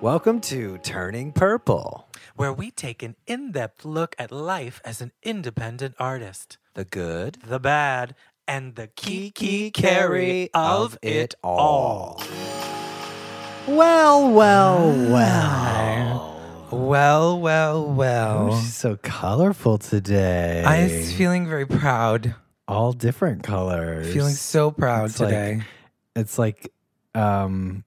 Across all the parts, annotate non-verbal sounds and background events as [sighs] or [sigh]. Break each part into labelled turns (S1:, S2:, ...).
S1: Welcome to Turning Purple
S2: where we take an in depth look at life as an independent artist.
S1: The Good,
S2: The bad, and the kiki carry of it all.
S1: Well, well, well.
S2: Well, well,
S1: Oh,
S2: well.
S1: she's so colorful today.
S2: I is feeling very proud.
S1: all different colors.
S2: Feeling so proud
S1: It's like-
S2: today.
S1: it's like, um,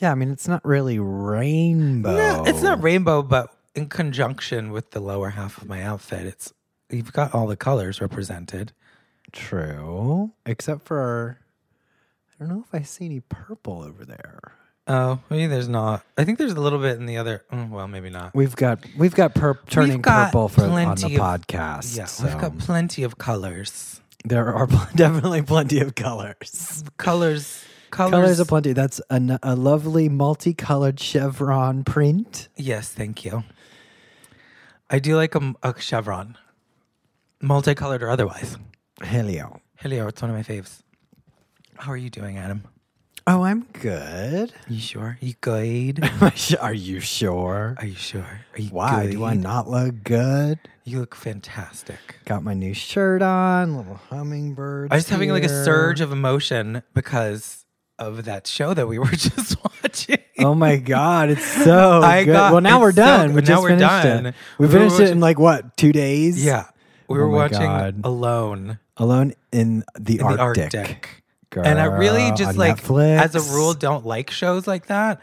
S1: yeah. I mean, it's not really rainbow.
S2: No, it's not rainbow, but in conjunction with the lower half of my outfit, it's you've got all the colors represented.
S1: True, except for I don't know if I see any purple over there.
S2: Oh, maybe there's not. I think there's a little bit in the other. mm, well, maybe not.
S1: We've got we've got perp turning
S2: got
S1: purple for on the
S2: plenty of-
S1: podcast.
S2: Yeah,
S1: so
S2: we've got plenty of colors.
S1: there
S2: [laughs]
S1: are pl- definitely plenty of colors.
S2: colors colors,
S1: Colors are plenty. That's a, n- a lovely multicolored chevron print.
S2: yes thank you i do like a, m- a chevron multicolored or otherwise
S1: Helio.
S2: helio it's one of my faves how are you doing adam
S1: Oh, I'm good.
S2: you sure you good
S1: [laughs] are you sure?
S2: are you sure are you
S1: Why
S2: good?
S1: do I not look good?
S2: you look fantastic
S1: Got my new shirt on. Little hummingbird.
S2: i was having like a surge of emotion because of that show that we were [laughs] just
S1: [laughs]
S2: watching
S1: Oh
S2: [laughs]
S1: my god, it's so
S2: I
S1: good.
S2: got-
S1: well, now
S2: it's
S1: we're
S2: so
S1: done.
S2: good.
S1: we
S2: Now
S1: just
S2: we're
S1: finished
S2: done.
S1: it. We
S2: We were
S1: finished it
S2: watching-
S1: in like what two days?
S2: yeah we
S1: Oh
S2: were
S1: my
S2: watching
S1: God.
S2: alone
S1: alone in the
S2: in the
S1: Arctic.
S2: arctic and I really
S1: Girl,
S2: just
S1: Uh, on
S2: like as
S1: Netflix.
S2: a rule don't like shows like that.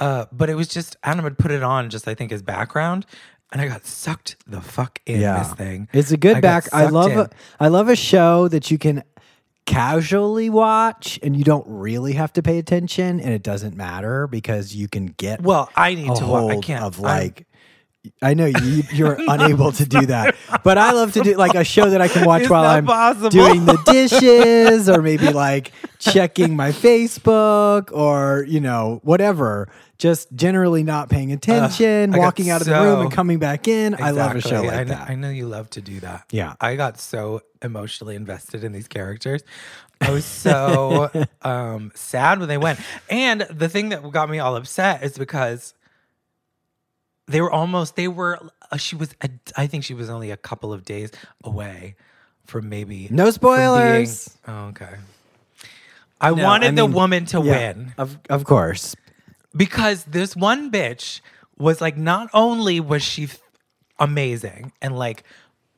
S2: Uh, but it was just Adam had put it on just I think as background, and I got sucked the fuck in
S1: Yeah.
S2: this thing.
S1: It's a
S2: I
S1: good
S2: got
S1: back. I
S2: sucked
S1: love.
S2: in.
S1: A, I love a show that you can casually watch and you don't really have to pay attention, and it doesn't matter because you can get
S2: well, I need
S1: a
S2: to. Wa- I
S1: hold
S2: can't.
S1: of
S2: I'm-
S1: like. I know you,
S2: [laughs]
S1: you're [laughs] unable to do that, but I love to do like a show that I can watch
S2: It's
S1: while
S2: not
S1: I'm
S2: possible.
S1: doing
S2: [laughs]
S1: the dishes or maybe like checking my Facebook or, you know, whatever. Just generally not paying attention,
S2: I got
S1: walking out of the room and
S2: so-
S1: coming back in. I love a
S2: Exactly.
S1: show like
S2: I, kn-
S1: that.
S2: I know you love to do that.
S1: Yeah.
S2: I got so emotionally invested in these characters. I
S1: [laughs]
S2: was so um, sad when they went. And the thing that got me all upset is because they were almost, they were, uh, she was, a, I think she was only a couple of days away from maybe.
S1: No
S2: from being-
S1: spoilers.
S2: oh, okay. I
S1: No,
S2: wanted
S1: I
S2: the
S1: mean,
S2: woman to
S1: yeah,
S2: win
S1: Of, of course.
S2: because this one bitch was like not only was she f- amazing and like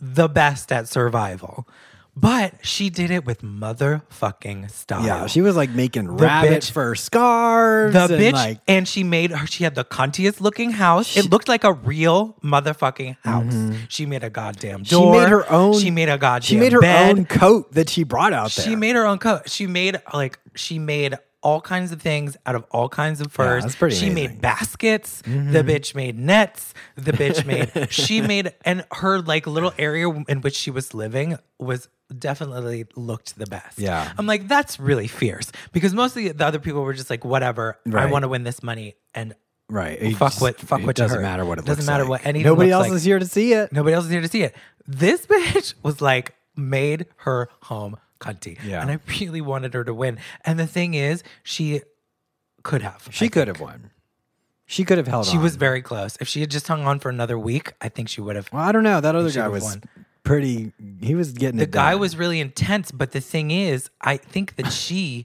S2: the best at survival but she did it with motherfucking style
S1: Yeah. She was like making
S2: The
S1: rabbit
S2: bitch-
S1: fur scarves.
S2: the
S1: and,
S2: bitch
S1: like,
S2: and she made her she had the cuntiest looking house it looked like a real motherfucking house she made a goddamn
S1: Mm-hmm. she
S2: door
S1: made her own.
S2: she made a goddamn
S1: She made her
S2: bed.
S1: own coat that she brought out there.
S2: She made her own coat. She made like she made all kinds of things out of all kinds of furs.
S1: that's pretty
S2: she
S1: amazing. Mm-hmm.
S2: made baskets. The bitch made nets. The
S1: [laughs]
S2: bitch made she made and her like little area in which she was living was definitely looked the best.
S1: Yeah.
S2: I'm like that's really fierce because mostly the other people were just like whatever. I
S1: Right.
S2: want to win this money and
S1: Right. It
S2: fuck
S1: just-
S2: what fuck
S1: it
S2: what you
S1: doesn't
S2: heard.
S1: matter what it
S2: doesn't
S1: looks
S2: matter
S1: like.
S2: what anything
S1: Nobody
S2: looks
S1: else
S2: like.
S1: is here to see it.
S2: Nobody else is here to see it. This [laughs] bitch was like made her home cunty.
S1: Yeah.
S2: And I really wanted her to win. And the thing is, she could have.
S1: She could have won. She could have held
S2: She
S1: on.
S2: was very close. If she had just hung on for another week, I think she would have.
S1: Well, I don't know. That other
S2: should
S1: guy
S2: have
S1: was
S2: won.
S1: pretty. He was getting
S2: The guy was really intense, but the thing is, I
S1: [coughs]
S2: think that she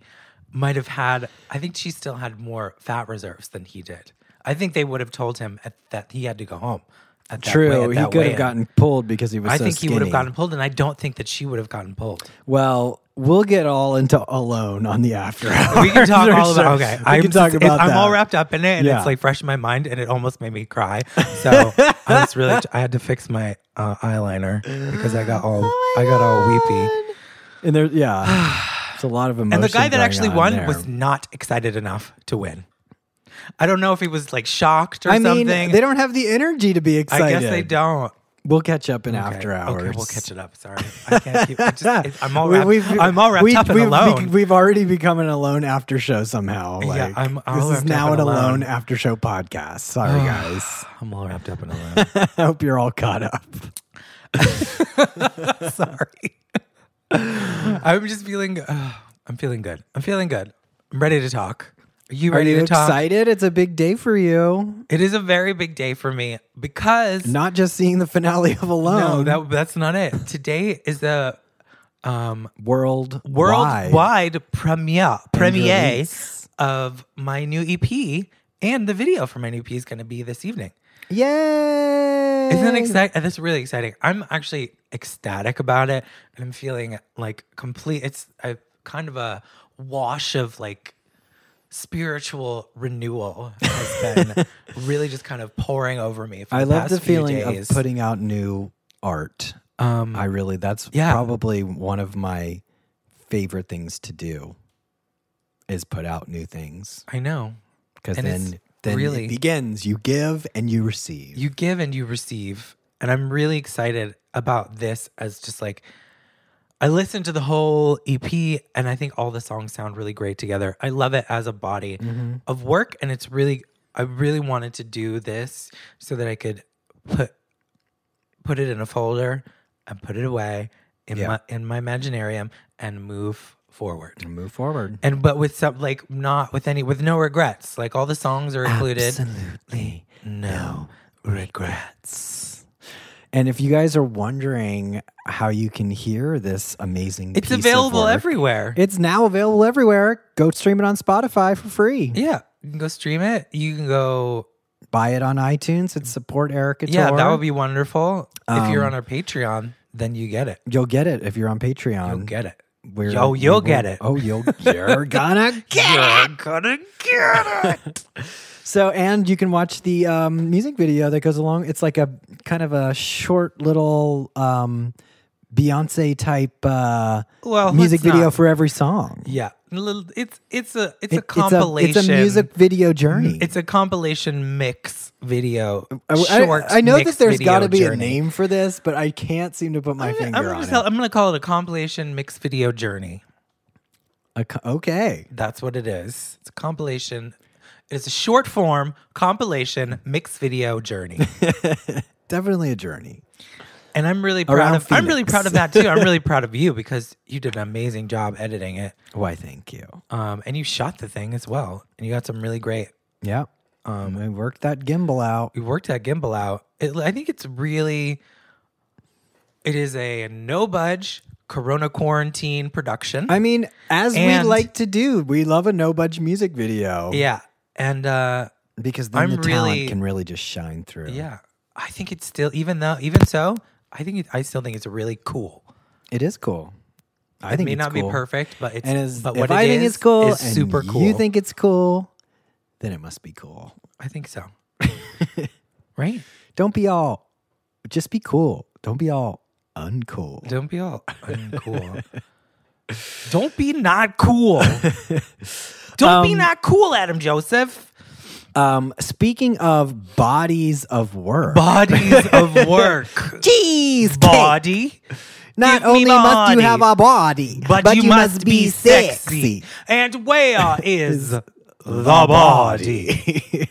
S2: might have had I think she still had more fat reserves than he did. I think they would have told him at, that he had to go home. At that weigh- at
S1: true. He
S2: that
S1: could have
S2: weigh-in.
S1: gotten pulled because he was.
S2: I
S1: so
S2: think he would have
S1: skinny.
S2: gotten pulled, and I don't think that she would have gotten pulled.
S1: Well, we'll get all into alone on the after. Hours [laughs]
S2: We can talk
S1: or
S2: all about.
S1: so.
S2: Okay,
S1: we
S2: I'm
S1: can talk
S2: just- it's-
S1: about.
S2: I'm all
S1: that.
S2: wrapped up in it, and
S1: Yeah.
S2: it's like fresh in my mind, and it almost made me
S1: [laughs]
S2: cry. So I was really. I had to fix my uh, eyeliner because I got all. I got all weepy.
S1: And there,
S2: [sighs]
S1: yeah, it's a lot of emotion.
S2: And the guy that
S1: going
S2: actually
S1: on
S2: won
S1: there.
S2: was not excited enough to win. I don't know if he was like shocked or
S1: I mean,
S2: something.
S1: they don't have the energy to be excited.
S2: I guess they don't.
S1: We'll catch up in
S2: Okay,
S1: after hours.
S2: Okay, we'll catch it up. Sorry, I can't keep. I
S1: [laughs]
S2: just, it's, I'm all
S1: We-
S2: wrapped.
S1: we've-
S2: I'm all wrapped
S1: we-
S2: up and
S1: we've,
S2: alone.
S1: bec- We've already become an alone after show somehow.
S2: Yeah,
S1: Like,
S2: I'm all
S1: this
S2: wrapped
S1: is
S2: up
S1: now an
S2: and
S1: alone.
S2: alone.
S1: after show podcast.
S2: [sighs]
S1: Sorry, guys. [laughs]
S2: I'm all wrapped up and alone.
S1: I hope you're all caught up.
S2: [laughs] Sorry. [sighs] I'm just feeling. Uh, I'm feeling good. I'm feeling good. I'm ready to talk. Are you
S1: Are
S2: ready
S1: you
S2: to talk?
S1: excited? It's a big day for you.
S2: It is a very big day for me because
S1: Not just seeing the finale of
S2: no,
S1: Alone.
S2: that, that's not it. Today is the um,
S1: world
S2: worldwide premiere premiere
S1: release.
S2: of my new EP, and the video for my new EP is going to be this evening.
S1: Yay!
S2: Isn't it exciting? That's really exciting. I'm actually ecstatic about it, and I'm feeling like complete. It's a kind of a wash of like spiritual renewal
S1: [laughs]
S2: has been really just kind of pouring over me. For
S1: I
S2: the
S1: love the
S2: past few
S1: feeling
S2: days.
S1: of putting out new art.
S2: Um,
S1: I really that's
S2: Yeah.
S1: probably one of my favorite things to do is put out new things
S2: I know
S1: because
S2: And it's
S1: then then
S2: really-
S1: it begins. You give and you receive.
S2: you give and you receive, and I'm really excited about this as just like. I listened to the whole EP and I think all the songs sound really great together. I love it as a body
S1: Mm-hmm.
S2: of work and it's really I really wanted to do this so that I could put put it in a folder and put it away in
S1: Yeah.
S2: my in my imaginarium and move forward.
S1: Move forward.
S2: And but with some like not with any with no regrets. Like all the songs are included.
S1: Absolutely.
S2: No regrets.
S1: And if you guys are wondering how you can hear this amazing,
S2: It's
S1: piece of
S2: available
S1: work,
S2: everywhere.
S1: It's now available everywhere. Go stream it on Spotify for free.
S2: yeah. You can go stream it. You can go
S1: Buy it on iTunes and support Eric Couture.
S2: Yeah, that would be wonderful. if you're
S1: Um,
S2: on our Patreon, then you get it.
S1: You'll get it if you're on Patreon.
S2: You'll get it.
S1: We're-
S2: Yo, you'll
S1: we will-
S2: get it.
S1: Oh, you'll
S2: [laughs]
S1: you're gonna get it.
S2: You're [laughs] gonna get
S1: [laughs]
S2: it.
S1: So, and you can watch the um, music video that goes along. It's like a kind of a short little um, Beyonce type uh,
S2: Well,
S1: music
S2: let's not.
S1: video for every song.
S2: yeah, little, it's it's a it's a
S1: It-
S2: compilation.
S1: It's a, music video journey.
S2: It's a compilation mix video.
S1: I- I,
S2: short
S1: I know that
S2: mix
S1: there's
S2: video
S1: got to be
S2: journey.
S1: a name for this, but I can't seem to put my
S2: I'm,
S1: finger
S2: gonna
S1: on
S2: just
S1: it.
S2: tell- I'm gonna call it a compilation mix video journey.
S1: A co- okay.
S2: That's what it is. It's a compilation. It's a short form compilation mix video journey.
S1: Definitely a journey.
S2: And I'm really proud
S1: Around
S2: of I'm really
S1: Phoenix.
S2: proud of that too.
S1: [laughs]
S2: I'm really proud of you because you did an amazing job editing it.
S1: Why, thank you.
S2: Um, and Oh, you shot the thing as well. And you got some really great
S1: Yeah. Um, we worked that gimbal out.
S2: we worked that gimbal out. It, I think it's really it is a no budge corona quarantine production.
S1: I mean, as
S2: And-
S1: we like to do, we love a no budge music video.
S2: yeah. And uh
S1: Because then
S2: I'm
S1: the talent
S2: really-
S1: can really just shine through.
S2: yeah, I think it's still even though even so, I think it, I still think it's really cool.
S1: It is cool. I
S2: It
S1: think
S2: may
S1: it's
S2: not
S1: cool.
S2: be perfect, but it's
S1: And as,
S2: but
S1: if
S2: what
S1: I
S2: it
S1: think
S2: is,
S1: it's cool
S2: is
S1: and
S2: super cool.
S1: you think it's cool, then it must be cool.
S2: I think
S1: [laughs]
S2: so. right?
S1: Don't be all, just be cool. Don't be all uncool.
S2: Don't be [laughs] all uncool. Don't be not cool. Don't be not cool, Adam Joseph.
S1: Um, speaking of bodies of work,
S2: Bodies [laughs] of work.
S1: Jeez, Kate,
S2: Body.
S1: not
S2: give me
S1: only must you
S2: body,
S1: have a body,
S2: But, you, must, be sexy. And where [laughs] is the body?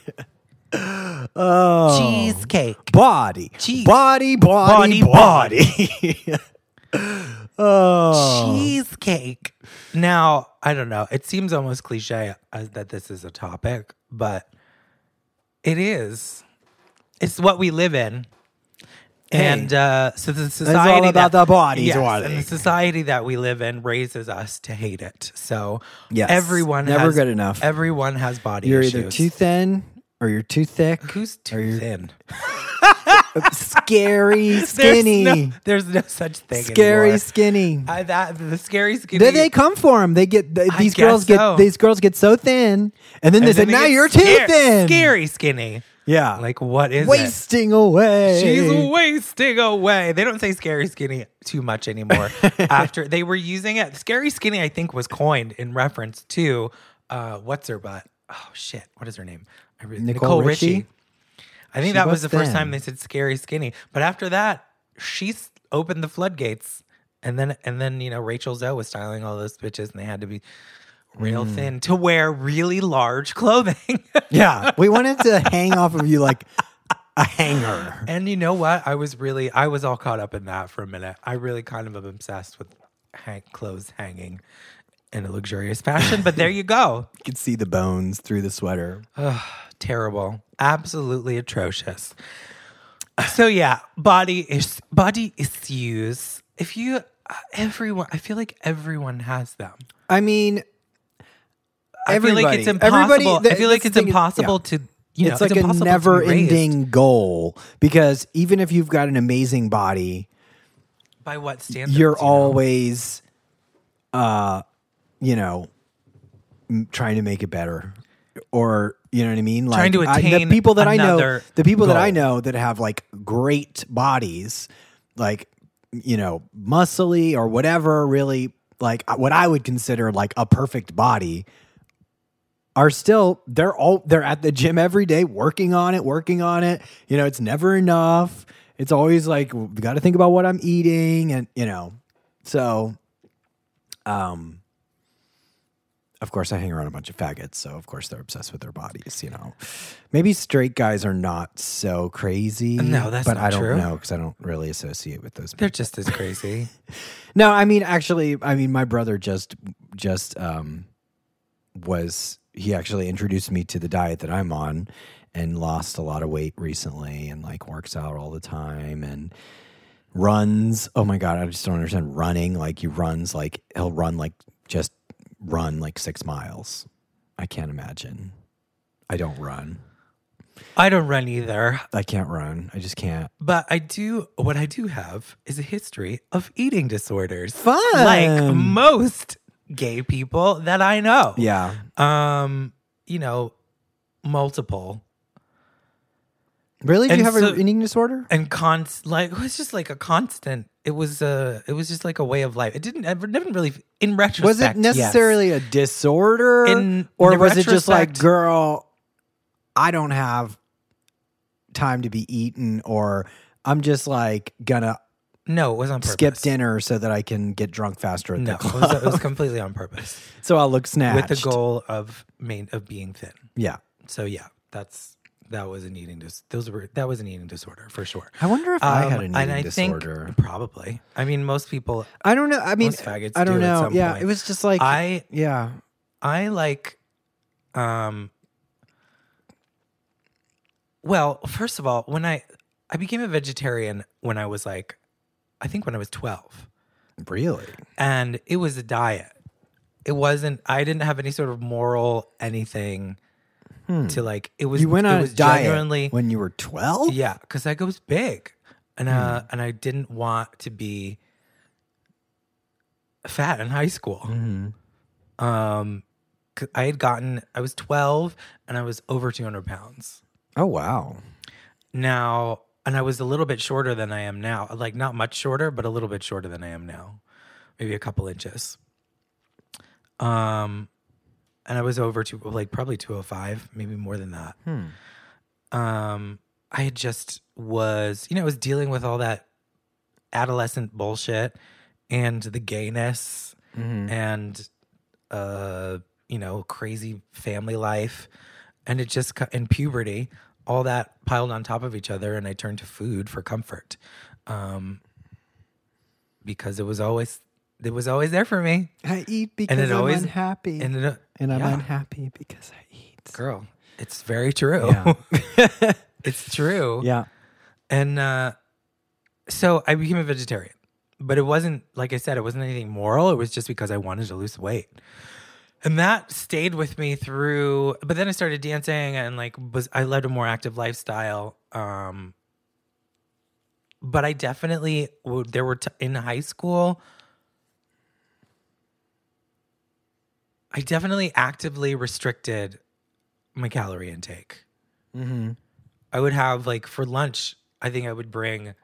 S1: [laughs] Oh,
S2: Cheesecake.
S1: body,
S2: Cheese.
S1: body, body,
S2: Body,
S1: body. [laughs] oh,
S2: Cheesecake. Now, I don't know. It seems almost cliche as that this is a topic, but it is. It's what we live in. And uh, so the society
S1: about the
S2: that,
S1: bodies,
S2: Yes,
S1: aren't
S2: and
S1: they?
S2: the society that we live in raises us to hate it. So
S1: Yes.
S2: everyone
S1: Never
S2: has-
S1: good enough.
S2: Everyone has body
S1: you're
S2: issues.
S1: either too thin or you're too thick.
S2: Who's too
S1: or you're
S2: thin?
S1: [laughs] Scary,
S2: [laughs] There's
S1: skinny,
S2: no- There's no, such thing.
S1: scary,
S2: anymore.
S1: skinny.
S2: I, that the scary skinny.
S1: Then they come for him. They get th-
S2: I
S1: these
S2: guess
S1: girls get
S2: so.
S1: these girls get so thin, and then they
S2: and
S1: say,
S2: then they
S1: "Now
S2: get
S1: you're too
S2: scar-
S1: thin."
S2: Scary skinny.
S1: Yeah,
S2: Like what is it?
S1: wasting away.
S2: She's wasting away. They don't say scary skinny too
S1: [laughs]
S2: much anymore. After they were using it, scary skinny, I think, was coined in reference to uh, what's her butt? Oh shit, what is her name? I re-
S1: Nicole Richie?
S2: I think
S1: She
S2: that
S1: was
S2: was the first
S1: thin.
S2: time they said scary skinny. But after that, she s- opened the floodgates, and then and then you know Rachel Zoe was styling all those bitches, and they had to be real
S1: Mm.
S2: thin to wear really large clothing. [laughs]
S1: yeah, we wanted to hang off of you like a hanger.
S2: And you know what? I was really, I was all caught up in that for a minute. I really kind of am obsessed with hang, clothes hanging in a luxurious fashion, but there
S1: [laughs]
S2: you go.
S1: You could see the bones through the sweater.
S2: Terrible. Absolutely atrocious. So yeah, body is body issues. If you uh, everyone, I feel like everyone has them.
S1: I mean, everybody,
S2: I feel like it's
S1: everybody-
S2: impossible.
S1: th-
S2: I feel like
S1: this
S2: it's
S1: thing is-
S2: impossible
S1: yeah.
S2: to you know,
S1: it's like a
S2: impossible to be
S1: never
S2: raised
S1: ending goal because even if you've got an amazing body,
S2: by what standards
S1: you're
S2: you know?
S1: always, uh, you know, m- trying to make it better, or you know what I mean. Like
S2: Trying to
S1: I-
S2: attain
S1: the people that I know,
S2: another
S1: the people that I
S2: goal.
S1: know that have like great bodies, like you know, muscly or whatever, really like uh, what I would consider like a perfect body. Are still they're all they're at the gym every day working on it, working on it. You know, it's never enough. It's always like we got to think about what I'm eating, and you know, so um, of course, I hang around a bunch of faggots, so of course they're obsessed with their bodies. You know, maybe straight guys are not so crazy.
S2: No, that's
S1: but
S2: not
S1: I don't
S2: true.
S1: know because I don't really associate with those.
S2: They're
S1: People.
S2: just as crazy.
S1: No, I mean actually, I mean my brother just just um was he actually introduced me to the diet that I'm on and lost a lot of weight recently and like works out all the time and runs. Oh my god, I just don't understand running. Like he runs like he'll run like just run like 6 miles. I can't imagine. I don't run.
S2: I don't run either,
S1: I can't run. I just can't.
S2: but I do. What I do have is a history of eating disorders.
S1: Fun.
S2: like most gay people that I know.
S1: yeah.
S2: Um, you know, multiple
S1: Really? Do
S2: And
S1: you have
S2: so-
S1: an eating disorder?
S2: and const like it was just like a constant. It was a it was just like a way of life. It didn't ever never really in retrospect.
S1: was it
S2: yes.
S1: necessarily a disorder
S2: In-
S1: or
S2: in
S1: was it just like
S2: retrospect-
S1: girl i don't have time to be eaten or i'm just like gonna
S2: No, it was on purpose.
S1: skip dinner so that i can get drunk faster at
S2: No,
S1: the
S2: [laughs] it
S1: club
S2: was, it was completely on purpose
S1: [laughs] so i'll look snatched
S2: with the goal of main of being thin.
S1: yeah
S2: So yeah, that's that was an eating dis- those were that was an eating disorder for sure.
S1: i wonder if i had
S2: Um,
S1: an
S2: and
S1: eating
S2: I think
S1: disorder
S2: probably. I mean, most people.
S1: i don't know i mean
S2: Most faggots
S1: i don't
S2: do at
S1: know
S2: some
S1: yeah
S2: point.
S1: it was just like
S2: I
S1: yeah
S2: I like um well, first of all, when I I became a vegetarian when I was like I think when I was 12
S1: really
S2: and it was a diet. It wasn't I didn't have any sort of moral anything to like it was
S1: Hmm. you went
S2: it
S1: on a
S2: was
S1: diet
S2: genuinely
S1: when you were 12
S2: yeah, cuz I goes big. And uh and I didn't want to be fat in high school.
S1: Mm-hmm.
S2: Um, 'cause I had gotten, I was 12 and I was over 200 pounds.
S1: oh wow
S2: Now, and I was a little bit shorter than I am now, like not much shorter, but a little bit shorter than I am now, maybe a couple inches. Um, and I was over to like probably 205, maybe more than that. Um, I had just was, you know, I was dealing with all that adolescent bullshit and the gayness Mm-hmm. and uh you know crazy family life and it just cu- and puberty all that piled on top of each other and i turned to food for comfort um because it was always it was always there for me
S1: i eat because i'm
S2: always-
S1: unhappy
S2: and uh,
S1: and,
S2: it,
S1: i'm
S2: yeah.
S1: unhappy because i eat
S2: girl it's very true
S1: [laughs]
S2: [laughs] it's true
S1: Yeah.
S2: And uh, so I became a vegetarian. But it wasn't, like I said, it wasn't anything moral. It was just because I wanted to lose weight. And that stayed with me through, but then I started dancing and like was, I led a more active lifestyle. Um, but I definitely, would- there were, t- in high school, I definitely actively restricted my calorie intake. I would have like for lunch, I think I would bring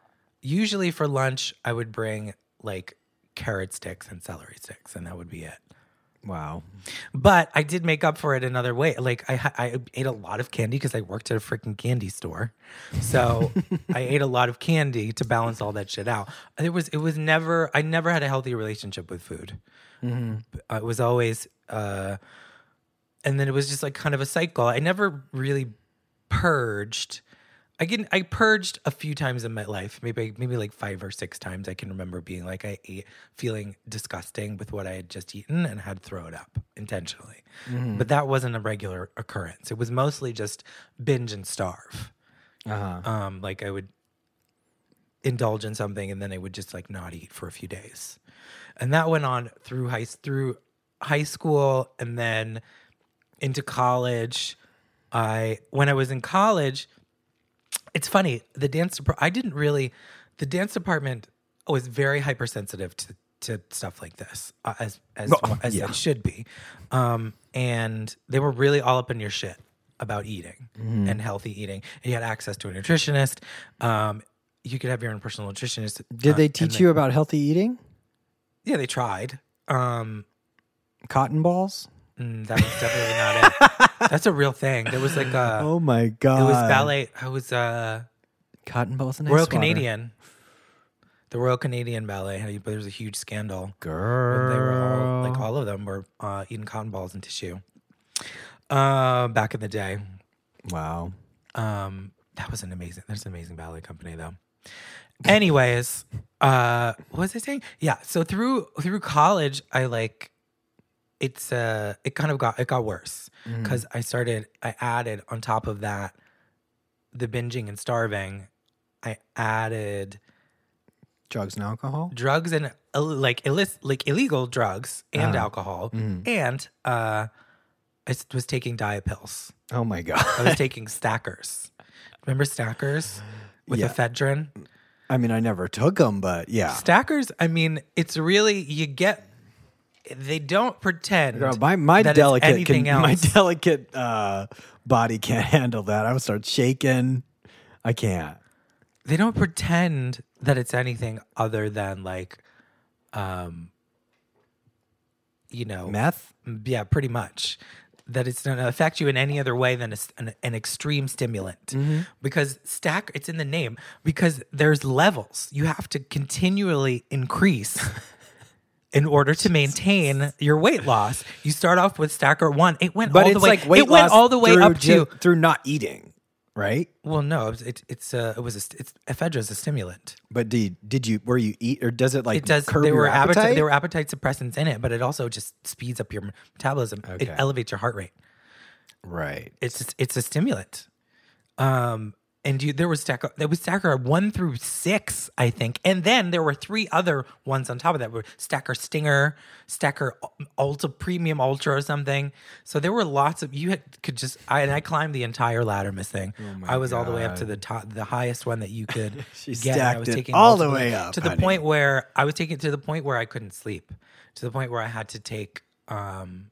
S2: usually for lunch I would bring like carrot sticks and celery sticks and that would be it.
S1: Wow.
S2: But I did make up for it another way. Like I ha- I ate a lot of candy cuz I worked at a freaking candy store. So [laughs] I ate a lot of candy to balance all that shit out. It was it was never I never had a healthy relationship with food. Uh, It was always uh and then it was just like kind of a cycle. I never really purged. I can I purged a few times in my life, maybe maybe like five or six times. I can remember being like I ate feeling disgusting with what I had just eaten and had to throw it up intentionally. But that wasn't a regular occurrence. It was mostly just binge and starve.
S1: Uh-huh.
S2: Um, like I would indulge in something and then I would just like not eat for a few days, and that went on through high through high school and then into college. I when I was in college, it's funny the dance department. I didn't really the dance department was very hypersensitive to to stuff like this uh, as as
S1: Oh,
S2: as
S1: yeah.
S2: it should be, um, and they were really all up in your shit about eating
S1: Mm-hmm.
S2: and healthy eating. And you had access to a nutritionist. Um, you could have your own personal nutritionist.
S1: Did
S2: Uh,
S1: they
S2: and
S1: teach you about healthy eating?
S2: Yeah, they tried. Um,
S1: Cotton balls?
S2: Mm, that was definitely not
S1: [laughs]
S2: it. That's a real thing. There was like a
S1: oh my god!
S2: it was ballet. I was uh
S1: Cotton balls and
S2: Royal
S1: ice water.
S2: Canadian. The Royal Canadian Ballet. But there was a huge scandal.
S1: girl.
S2: They were all like all of them were uh, eating cotton balls and tissue. Uh, back in the day.
S1: wow.
S2: Um, that was an amazing. There's an amazing ballet company though. Anyways, uh, what was I saying? Yeah. So through through college, I like it's uh it kind of got it got worse
S1: Hmm. Mm.
S2: because I started I added on top of that the binging and starving. I added
S1: Drugs and alcohol.
S2: drugs and uh, like illicit like illegal drugs and alcohol, and uh, I s- was taking diet pills.
S1: Oh my god!
S2: I was taking Stackers. Remember Stackers with
S1: Yeah.
S2: ephedrine?
S1: I mean, I never took them, but yeah.
S2: Stackers, I mean, it's really, you get, they don't pretend.
S1: Girl, my my
S2: that it's
S1: delicate
S2: anything
S1: can, [laughs] my
S2: else.
S1: delicate uh, body can't handle that. I would start shaking. I can't.
S2: they don't pretend that it's anything other than like, um, you know,
S1: Meth.
S2: yeah, pretty much. That it's going to affect you in any other way than a s an, an extreme stimulant.
S1: Mm-hmm.
S2: Because stack, it's in the name, because there's levels. You have to continually
S1: [laughs]
S2: increase in order to maintain your weight loss. You start off with stacker one. It went
S1: But
S2: all
S1: it's
S2: the way,
S1: like weight
S2: it went
S1: loss
S2: all the way
S1: through
S2: up
S1: ju-
S2: to,
S1: through not eating, right?
S2: well, no, it's, it, it's, uh, it was, a, st- it's, ephedra is a stimulant.
S1: But did did you where you eat or does it like
S2: It does.
S1: curb
S2: There
S1: your
S2: were appetite?
S1: appetite?
S2: There were appetite suppressants in it, but it also just speeds up your metabolism. It
S1: Okay.
S2: elevates your heart rate.
S1: right.
S2: it's it's a stimulant. Um, and you there was stacker there was stacker one through six, I think, and then there were three other ones on top of that were stacker stinger, stacker ultra premium ultra or something. So there were lots of you had, could just I and I climbed the entire ladder, Miss Thing.
S1: Oh
S2: I was all the way up to the top, the highest one that you could
S1: [laughs] She
S2: get. and I was
S1: stacked it
S2: taking
S1: all the
S2: multiple-
S1: way up,
S2: to the
S1: honey.
S2: point where I was taking it to the point where I couldn't sleep, to the point where I had to take um,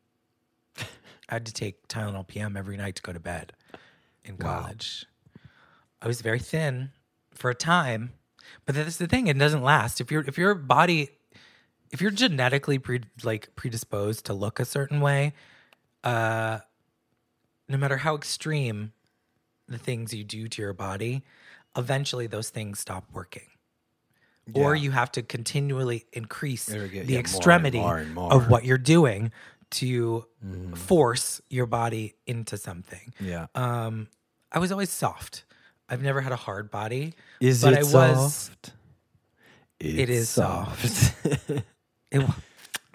S2: I had to take Tylenol PM every night to go to bed in college. I was very thin for a time, but that's the thing; it doesn't last. If your if your body, if you're genetically pre, like predisposed to look a certain way, uh, no matter how extreme the things you do to your body, eventually those things stop working. Or
S1: Yeah.
S2: you have to continually increase
S1: It'll get-
S2: the
S1: yeah, more and
S2: extremity
S1: more and more. Mm-hmm.
S2: of what you're doing to force your body into something.
S1: Yeah.
S2: Um, I was always soft. I've never had a hard body.
S1: Is
S2: but
S1: it
S2: I was-
S1: soft? It's
S2: is
S1: [laughs]
S2: soft.
S1: soft.
S2: It, wa-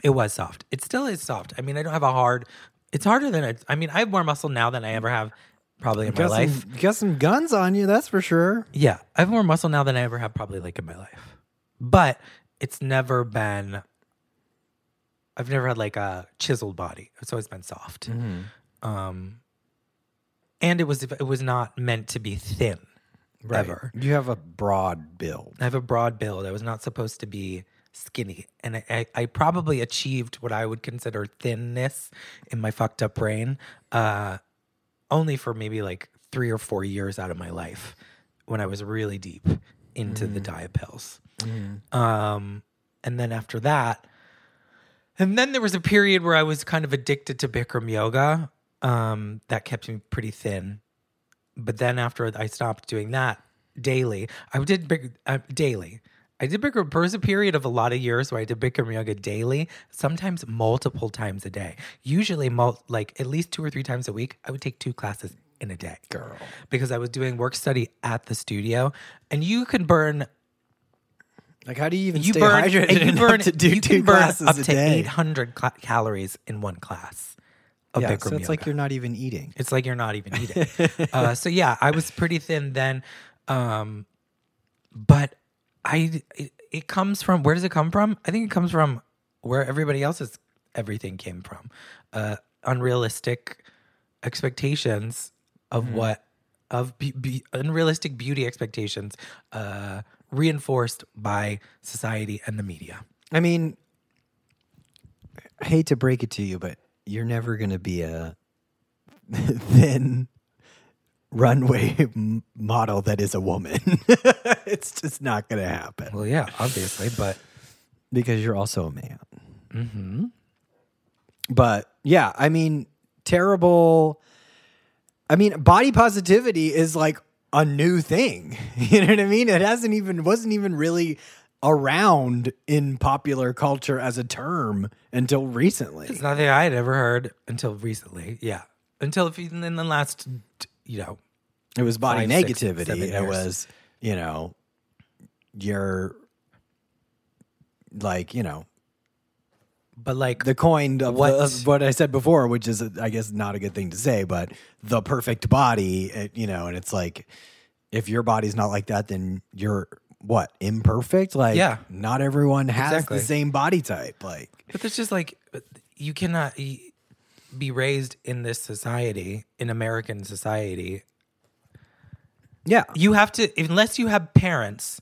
S2: it was soft. It still is soft. I mean, I don't have a hard. It's harder than I. I mean, I have more muscle now than I ever have probably in my
S1: got
S2: life.
S1: Some, got some guns on you, that's for sure.
S2: Yeah, I have more muscle now than I ever have probably like in my life. But it's never been I've never had like a chiseled body. It's always been soft. Um and it was it was not meant to be thin ever.
S1: You have a broad build.
S2: I have a broad build. I was not supposed to be skinny. And I, I, I probably achieved what I would consider thinness in my fucked up brain uh, only for maybe like three or four years out of my life when I was really deep into the diet pills. Um, and then after that, and then there was a period where I was kind of addicted to Bikram yoga. Um, that kept me pretty thin. But then after I stopped doing that daily, I did big uh, daily. I did Bikram. There was a period of a lot of years where I did Bikram yoga daily, sometimes multiple times a day. Usually, mul- like at least two or three times a week. I would take two classes in a day
S1: girl.
S2: because I was doing work study at the studio, and you can burn
S1: Like, how do you even
S2: you
S1: stay
S2: burn
S1: hydrated
S2: and you
S1: enough
S2: burn
S1: to do
S2: you
S1: two
S2: can burn
S1: classes
S2: up
S1: a
S2: to
S1: day?
S2: 800 cla calories in one class of
S1: yeah, so
S2: Bikram
S1: it's
S2: yoga.
S1: like you're not even eating.
S2: It's like you're not even eating. uh, so yeah, I was pretty thin then, um, but I it, it comes from where does it come from? I think it comes from where everybody else's everything came from, uh, unrealistic expectations of what of be, be, unrealistic beauty expectations uh, reinforced by society and the media.
S1: I mean, I hate to break it to you, but you're never going to be a [laughs] thin runway [laughs] m- model that is a woman. [laughs] it's just not going to happen
S2: Well, yeah, obviously, but
S1: because you're also a man.
S2: Mm-hmm.
S1: But yeah, I mean, terrible. I mean, body positivity is like a new thing. [laughs] You know what I mean? It hasn't even wasn't even really around in popular culture as a term until recently.
S2: It's nothing I had ever heard until recently. Yeah, until if even in the last, you know,
S1: It was body
S2: Five, six,
S1: negativity.
S2: seven
S1: it
S2: years.
S1: was, you know, your like, you know,
S2: but like
S1: the coin of
S2: What-
S1: what, what I said before, which is, I guess, not a good thing to say, but the perfect body, it, you know, and it's like, if your body's not like that, then you're what imperfect. Like,
S2: Yeah.
S1: not everyone has
S2: Exactly.
S1: the same body type. Like,
S2: But there's just like you cannot y- be raised in this society, in American society.
S1: yeah,
S2: You have to unless you have parents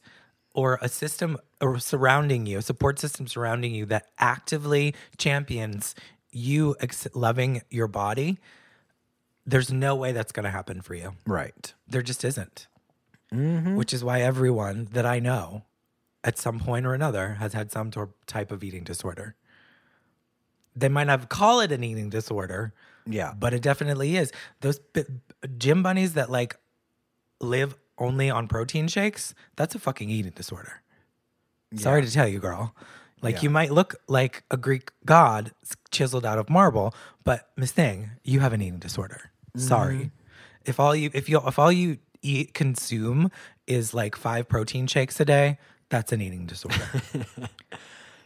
S2: or a system or surrounding you, a support system surrounding you that actively champions you ex- loving your body. There's no way that's going to happen for you.
S1: right.
S2: There just isn't. Which is why everyone that I know at some point or another has had some tor- type of eating disorder. They might not call it an eating disorder,
S1: Yeah,
S2: but it definitely is. Those b- gym bunnies that like live only on protein shakes, that's a fucking eating disorder. Sorry to tell you, girl. Like you might look like a Greek god s- chiseled out of marble, but Miss Thing, you have an eating disorder. Sorry. If all you if you if all you eat consume is like five protein shakes a day, that's an eating disorder. [laughs]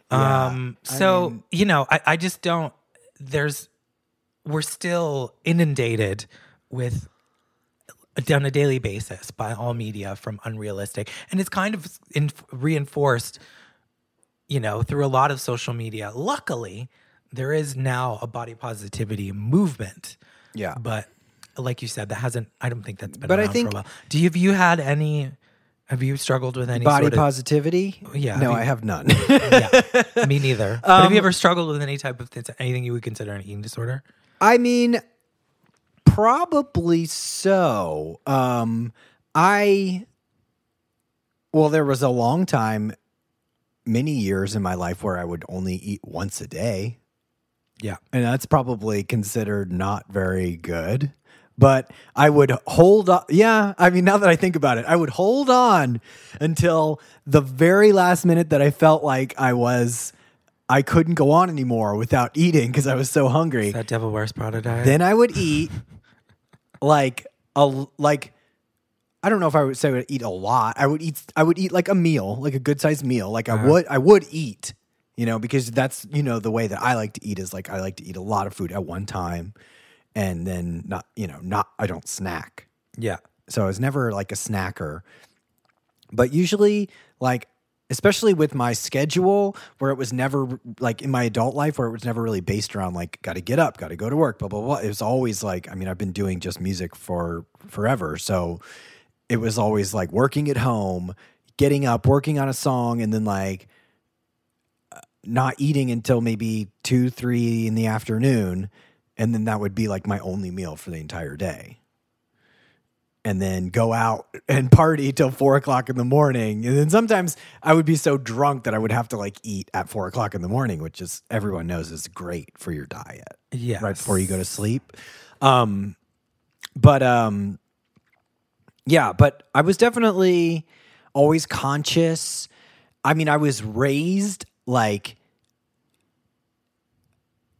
S2: um so you know, I, I just don't there's we're still inundated with on a daily basis by all media from unrealistic and it's kind of in, reinforced you know through a lot of social media luckily there is now a body positivity movement
S1: yeah.
S2: but like you said that hasn't i don't think that's been
S1: But I
S2: around
S1: think-
S2: for a while do you have you had any have you struggled with any
S1: Body
S2: sort of-
S1: positivity?
S2: Yeah,
S1: No,
S2: I mean-
S1: I have none.
S2: [laughs] yeah, me neither
S1: [laughs]
S2: but
S1: Um,
S2: have you ever struggled with any type of things anything you would consider an eating disorder
S1: I mean, probably so. Um, I, well, there was a long time, many years in my life where I would only eat once a day.
S2: yeah
S1: And that's probably considered not very good. But I would hold on. Yeah. I mean, now that I think about it, I would hold on until the very last minute that I felt like I was, I couldn't go on anymore without eating because I was so hungry
S2: that devil wears prada diet
S1: then I would eat like a like I don't know if I would say I would eat a lot. I would eat I would eat like a meal, like a good sized meal. Like I would I would eat, you know, because that's you know the way that I like to eat is like I like to eat a lot of food at one time and then not you know not I don't snack
S2: yeah
S1: so I was never like a snacker. But usually, like, especially with my schedule, where it was never like in my adult life, where it was never really based around like, got to get up, got to go to work, blah, blah, blah. It was always like, I mean, I've been doing just music for forever. So it was always like working at home, getting up, working on a song, and then like, uh, not eating until maybe two, three in the afternoon. And then that would be like my only meal for the entire day. And then go out and party till four o'clock in the morning. And then sometimes I would be so drunk that I would have to like eat at four o'clock in the morning, which is everyone knows is great for your diet
S2: yeah
S1: right before you go to sleep. Um, but um, yeah, but I was definitely always conscious. I mean, I was raised like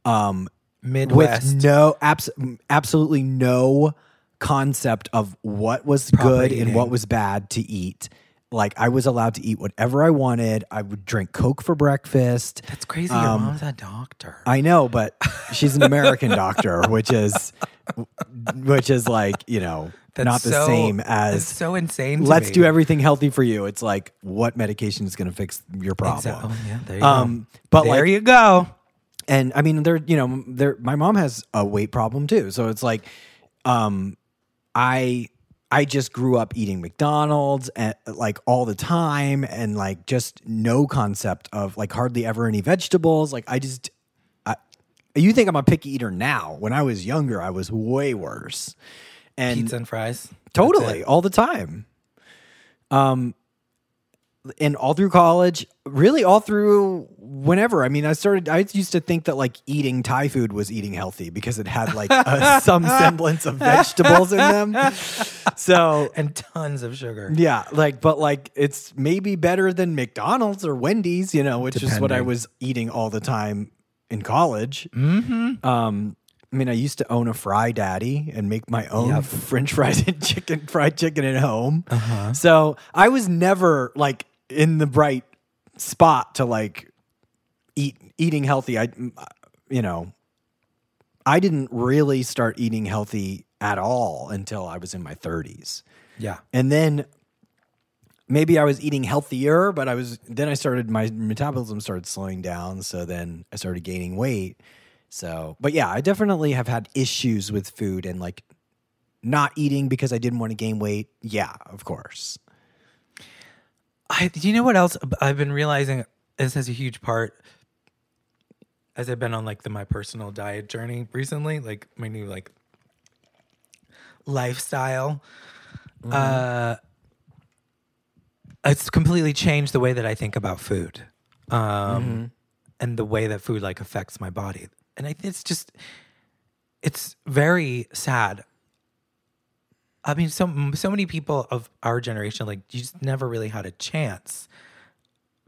S1: um,
S2: midwest
S1: with no abs- absolutely no concept of what was
S2: Proper
S1: good
S2: eating.
S1: and what was bad to eat. Like I was allowed to eat whatever I wanted. I would drink Coke for breakfast.
S2: That's crazy. Your
S1: Um,
S2: mom's a doctor.
S1: I know, but she's an
S2: [laughs]
S1: American doctor, which is which is like, you know,
S2: That's
S1: not the
S2: so-
S1: same
S2: That's
S1: as
S2: so insane. To
S1: let's
S2: me.
S1: do everything healthy for you. It's like what medication is going to fix your problem.
S2: Exa- oh, yeah, there you
S1: Um,
S2: go.
S1: but
S2: there
S1: like,
S2: you go.
S1: and I mean, they're you know, they're my mom has a weight problem too, so it's like, um, I I just grew up eating McDonald's and like all the time, and like just no concept of like hardly ever any vegetables. Like I just, I, you think I'm a picky eater now? When I was younger, I was way worse. And
S2: Pizza and fries.
S1: Totally, all the time. Um, and all through college, really all through whenever. I mean, I started. I used to think that like eating Thai food was eating healthy because it had like a, [laughs] some semblance of vegetables in them. So
S2: And tons of sugar.
S1: yeah, like, but like, it's maybe better than McDonald's or Wendy's, you know, which is what I
S2: Depending.
S1: was eating all the time in college. Mm-hmm. Um, I mean, I used to own a Fry Daddy and make my own
S2: Yep.
S1: [laughs] French fries and chicken fried chicken at home.
S2: Uh-huh.
S1: So I was never like in the bright spot to like eat eating healthy. I, uh, you know, I didn't really start eating healthy at all until I was in my thirties
S2: Yeah.
S1: and then maybe I was eating healthier, but I was then I started my metabolism started slowing down, so then I started gaining weight. So, but yeah, I definitely have had issues with food and like not eating because I didn't want to gain weight. Yeah, of course.
S2: I, do you know what else I've been realizing? This is a huge part as I've been on like the my personal diet journey recently, like my new like lifestyle.
S1: Mm-hmm.
S2: Uh, it's completely changed the way that I think about food, um,
S1: Mm-hmm.
S2: and the way that food like affects my body. And I, it's just, it's very sad I mean, so so many people of our generation, like you just never really had a chance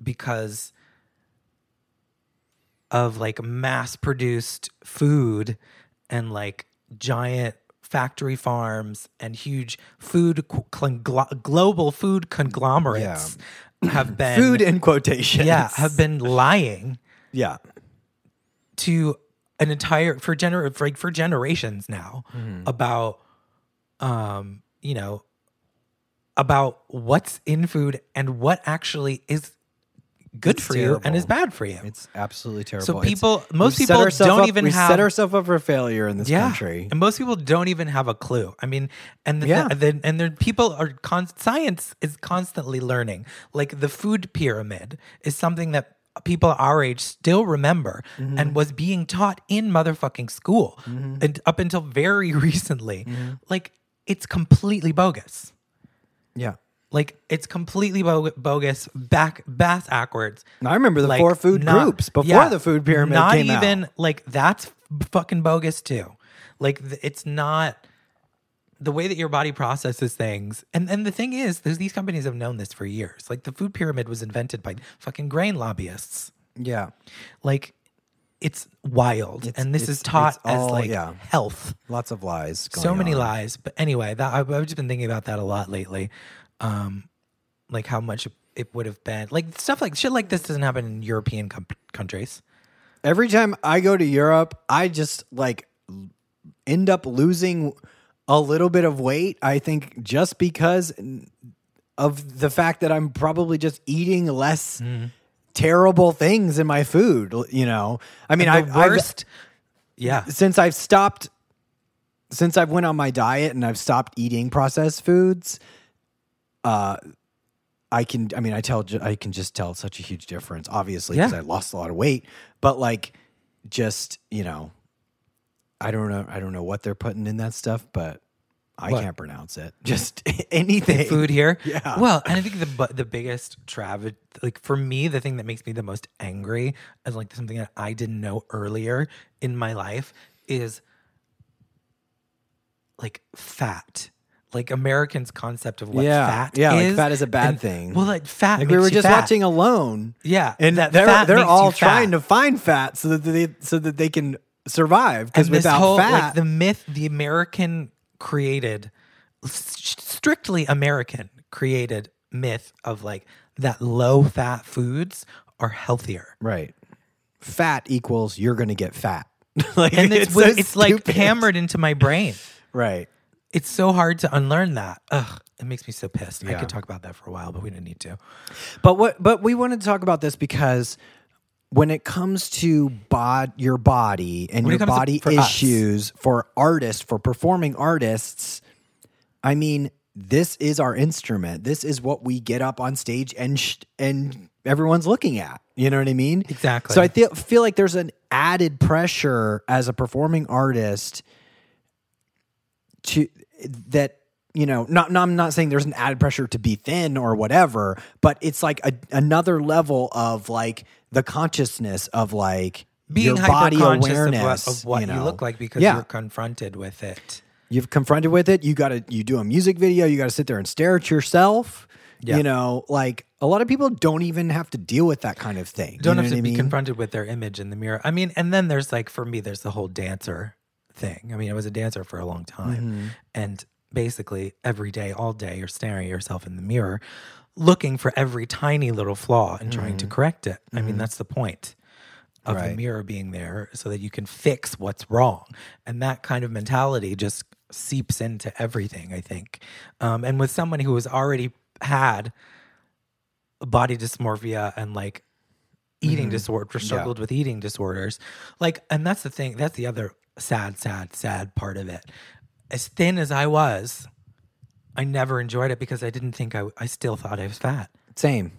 S2: because of like mass produced food and like giant factory farms and huge food co- conglo- global food conglomerates have been
S1: food in quotation.
S2: yeah
S1: [laughs]
S2: have been lying
S1: yeah.
S2: to an entire for gener for, like for generations now
S1: Mm-hmm.
S2: about um you know about what's in food and what actually is good
S1: It's
S2: for you and is
S1: terrible.
S2: bad for you.
S1: It's absolutely terrible.
S2: so
S1: It's-
S2: people most
S1: we've set
S2: people
S1: ourselves
S2: don't
S1: up-
S2: even
S1: we
S2: have
S1: set ourselves up for failure in this country.
S2: and most people don't even have a clue. I mean, and the,
S1: Yeah.
S2: the- and their people are con- science is constantly learning. Like the food pyramid is something that people our age still remember
S1: Mm-hmm.
S2: and was being taught in motherfucking school and up until very [laughs] recently.
S1: Mm-hmm.
S2: Like it's completely bogus.
S1: yeah.
S2: Like it's completely bo- bogus, back bass backwards.
S1: I remember the
S2: Like,
S1: four food
S2: not-
S1: groups before
S2: yeah,
S1: the food pyramid
S2: Not
S1: came out.
S2: even like that's f- fucking bogus too. Like th- it's not the way that your body processes things. And and the thing is, there's, these companies have known this for years. Like the food pyramid was invented by fucking grain lobbyists.
S1: Yeah.
S2: Like it's wild, and this
S1: it's-
S2: is taught
S1: it's
S2: as
S1: all-
S2: like
S1: yeah.
S2: health.
S1: Lots of lies.
S2: so
S1: going
S2: many
S1: on.
S2: lies. But anyway, that I, I've just been thinking about that a lot lately. Um, like how much it would have been like stuff like shit like this doesn't happen in European com- countries.
S1: Every time I go to Europe, I just like l- end up losing a little bit of weight. I think just because n- of the fact that I'm probably just eating less
S2: Mm-hmm.
S1: terrible things in my food. l- You know, I mean,
S2: The
S1: I've, I've
S2: worst. yeah.
S1: since I've stopped since I've went on my diet and I've stopped eating processed foods, uh I can I mean I tell ju- I can just tell such a huge difference obviously because
S2: Yeah.
S1: I lost a lot of weight, but like just, you know, I don't know I don't know what they're putting in that stuff, but I
S2: What?
S1: can't pronounce it. [laughs] Just anything.
S2: food here.
S1: Yeah.
S2: Well, and I think the bu- the biggest trav like for me, the thing that makes me the most angry is like something that I didn't know earlier in my life is like fat. Like Americans' concept of what
S1: Yeah.
S2: fat
S1: Yeah, like
S2: is.
S1: fat is a bad
S2: And-
S1: thing.
S2: Well, like fat.
S1: Like we
S2: makes
S1: were
S2: you
S1: just
S2: fat.
S1: watching alone.
S2: Yeah,
S1: and
S2: that
S1: they're
S2: fat
S1: they're
S2: makes
S1: all
S2: you fat.
S1: trying to find fat so that they so that they can survive because
S2: And this
S1: without
S2: whole,
S1: fat
S2: like the myth, the American created s- strictly American created myth of like that low fat foods are healthier.
S1: Right. Fat equals you're going to get fat. [laughs] like,
S2: And it's, it's,
S1: so
S2: it's like
S1: stupid.
S2: hammered into my brain.
S1: [laughs] Right.
S2: It's so hard to unlearn that. Ugh, it makes me so pissed. I
S1: Yeah.
S2: could talk about that for a while, but we don't need to.
S1: But what? But we wanted to talk about this because when it comes to bod, your body and
S2: When it
S1: your
S2: comes to-
S1: body
S2: for us.
S1: issues for artists, for performing artists, I mean, this is our instrument. This is what we get up on stage and sh- and everyone's looking at. You know what I mean?
S2: Exactly.
S1: So I feel feel like there's an added pressure as a performing artist to that you know not, not I'm not saying there's an added pressure to be thin or whatever, but it's like a, another level of like the consciousness of like
S2: being
S1: your body
S2: hyper-conscious
S1: awareness
S2: of what, of what you,
S1: know.
S2: look like because
S1: Yeah.
S2: you're confronted with it.
S1: You've confronted with it. You got to you do a music video. You got to sit there and stare at yourself.
S2: Yeah.
S1: You know, like a lot of people don't even have to deal with that kind of thing. You
S2: Don't
S1: know
S2: have
S1: what
S2: to
S1: I
S2: be
S1: mean?
S2: confronted with their image in the mirror. I mean, and then there's like for me, there's the whole dancer thing. I mean, I was a dancer for a long time,
S1: Mm-hmm.
S2: and basically every day, all day, you're staring at yourself in the mirror, looking for every tiny little flaw and trying
S1: Mm-hmm.
S2: to correct it. I mean, that's the point. Of the
S1: Right.
S2: mirror being there so that you can fix what's wrong. And that kind of mentality just seeps into everything, I think. Um, and with someone who has already had body dysmorphia and like eating disorder struggled with eating disorders like and that's the thing that's the other sad sad sad part of it as thin as i was i never enjoyed it because i didn't think i i still thought i was fat
S1: Same.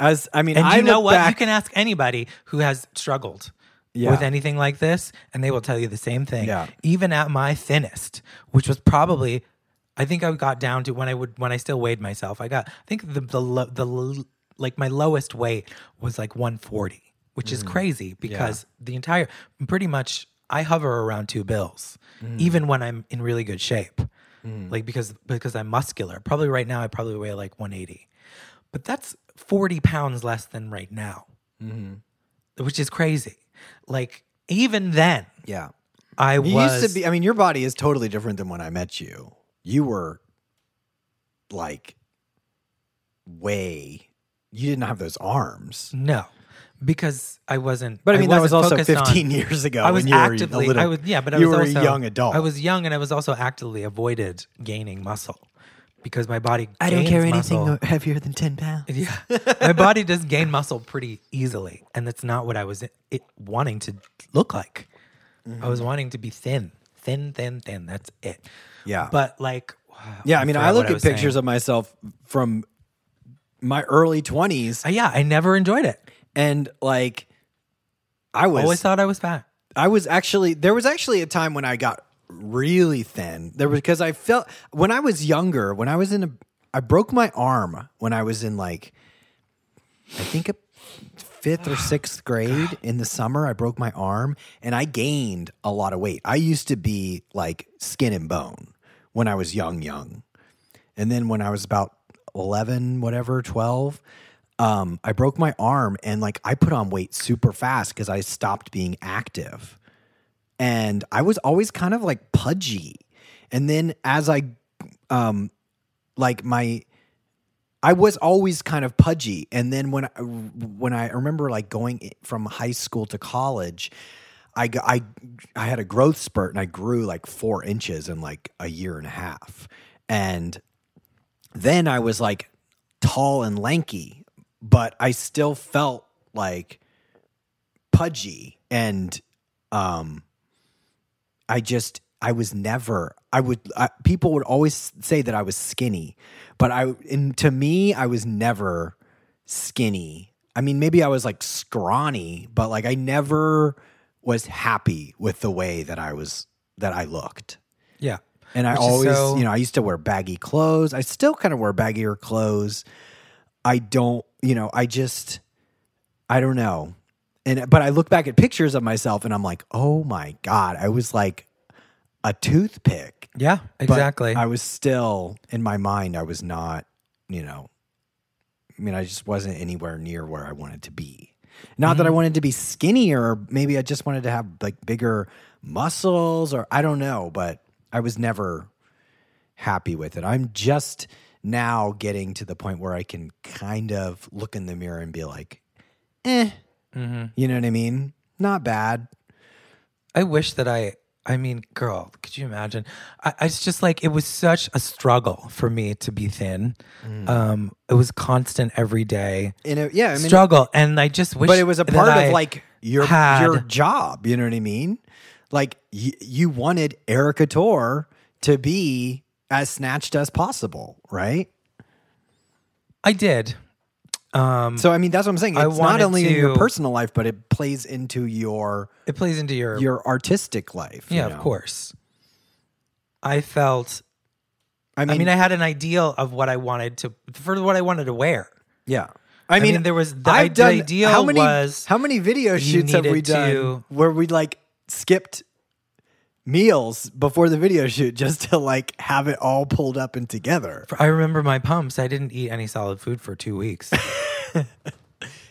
S1: As I mean,
S2: and
S1: I
S2: you know
S1: look
S2: what you
S1: back-
S2: can ask anybody who has struggled
S1: Yeah.
S2: with anything like this and they will tell you the same thing
S1: Yeah.
S2: even at my thinnest which was probably i think i got down to when i would when i still weighed myself i got i think the the, lo- the l- like my lowest weight was like 140 which
S1: Mm.
S2: is crazy because the entire pretty much i hover around two bills
S1: Mm.
S2: even when i'm in really good shape like because because i'm muscular probably right now i probably weigh like 180 but that's 40 pounds less than right now Mm-hmm. which is crazy like even then
S1: yeah.
S2: i
S1: You
S2: was
S1: used to be. I mean, your body is totally different than when I met you. You were like way. You didn't have those arms.
S2: no because i wasn't
S1: But I mean, that was
S2: wasn't
S1: also
S2: focused on-
S1: 15 years ago.
S2: I was
S1: when you
S2: actively,
S1: Were a little,
S2: I was, yeah, but I
S1: you
S2: was
S1: were
S2: also
S1: a young adult.
S2: I was young, and I was also actively avoided gaining muscle because my body. gains muscle.
S1: heavier than 10 pounds. [laughs]
S2: [laughs] Yeah, my body does gain muscle pretty easily, and that's not what I was it, wanting to look like. I
S1: Mm-hmm.
S2: was wanting to be thin, thin, thin, thin. That's it.
S1: Yeah.
S2: But like,
S1: Yeah, I mean, I look at pictures
S2: Of-
S1: of myself from my early 20s
S2: Uh, yeah, I never enjoyed it.
S1: and like I was
S2: Always thought I was fat.
S1: I was actually there was actually a time when I got really thin. There was because I felt when I was younger, when I was in a I broke my arm when I was in like I think a fifth or sixth grade in the summer. I broke my arm and I gained a lot of weight. I used to be like skin and bone when I was young, young. And then when I was about 11, whatever, 12, um, I broke my arm and like I put on weight super fast because I stopped being active. And I was always kind of like pudgy. And then as I, um, like my, I was always kind of pudgy. And then when I, when I remember like going i- from high school to college, I, g- I, I had a growth spurt and I grew like four inches in like a year and a half. And then I was like tall and lanky, but I still felt like pudgy and um I just I was never I would I, people would always say that I was skinny, but I and to me I was never skinny. I mean maybe I was like scrawny, but like I never was happy with the way that I was that I looked.
S2: Yeah.
S1: And I
S2: Which is
S1: always,
S2: so-
S1: you know, I used to wear baggy clothes. I still kind of wear baggier clothes. I don't, you know, I just, I don't know. And, but I look back at pictures of myself and I'm like, oh my God, I was like a toothpick.
S2: Yeah.
S1: But
S2: Exactly.
S1: I was still, in my mind, I was not, you know, I mean, I just wasn't anywhere near where I wanted to be. Not that I wanted to be skinnier, maybe I just wanted to have like bigger muscles or I don't know, but I was never happy with it. I'm just now getting to the point where I can kind of look in the mirror and be like, eh, you know what I mean? Not bad.
S2: I wish that I. I mean, girl, could you imagine? I, I was just like, it was such a struggle for me to be thin. Um, it was constant every day
S1: In a, yeah, Mm. I mean,
S2: struggle, and I just wish.
S1: but it was a
S2: that
S1: part
S2: I-
S1: of like your
S2: had-
S1: your job. You know what I mean? Like y- you wanted Erica Tor to be as snatched as possible, right?
S2: I did. Um,
S1: So I mean, that's what I'm saying.
S2: I
S1: It's not
S2: wanted
S1: only in your
S2: to-
S1: personal life, but it plays into your
S2: it plays into your
S1: your artistic life. you
S2: yeah,
S1: know?
S2: of course. I felt.
S1: I mean,
S2: I mean, I had an ideal of what I wanted to for what I wanted to wear.
S1: yeah. I mean,
S2: mean, there was- the
S1: I've
S2: ide-
S1: done
S2: the ideal
S1: how many
S2: was
S1: how many video shoots have
S2: needed
S1: we done
S2: to-
S1: where we like skipped meals before the video shoot just to like have it all pulled up and together.
S2: I remember my pumps. I didn't eat any solid food for two weeks.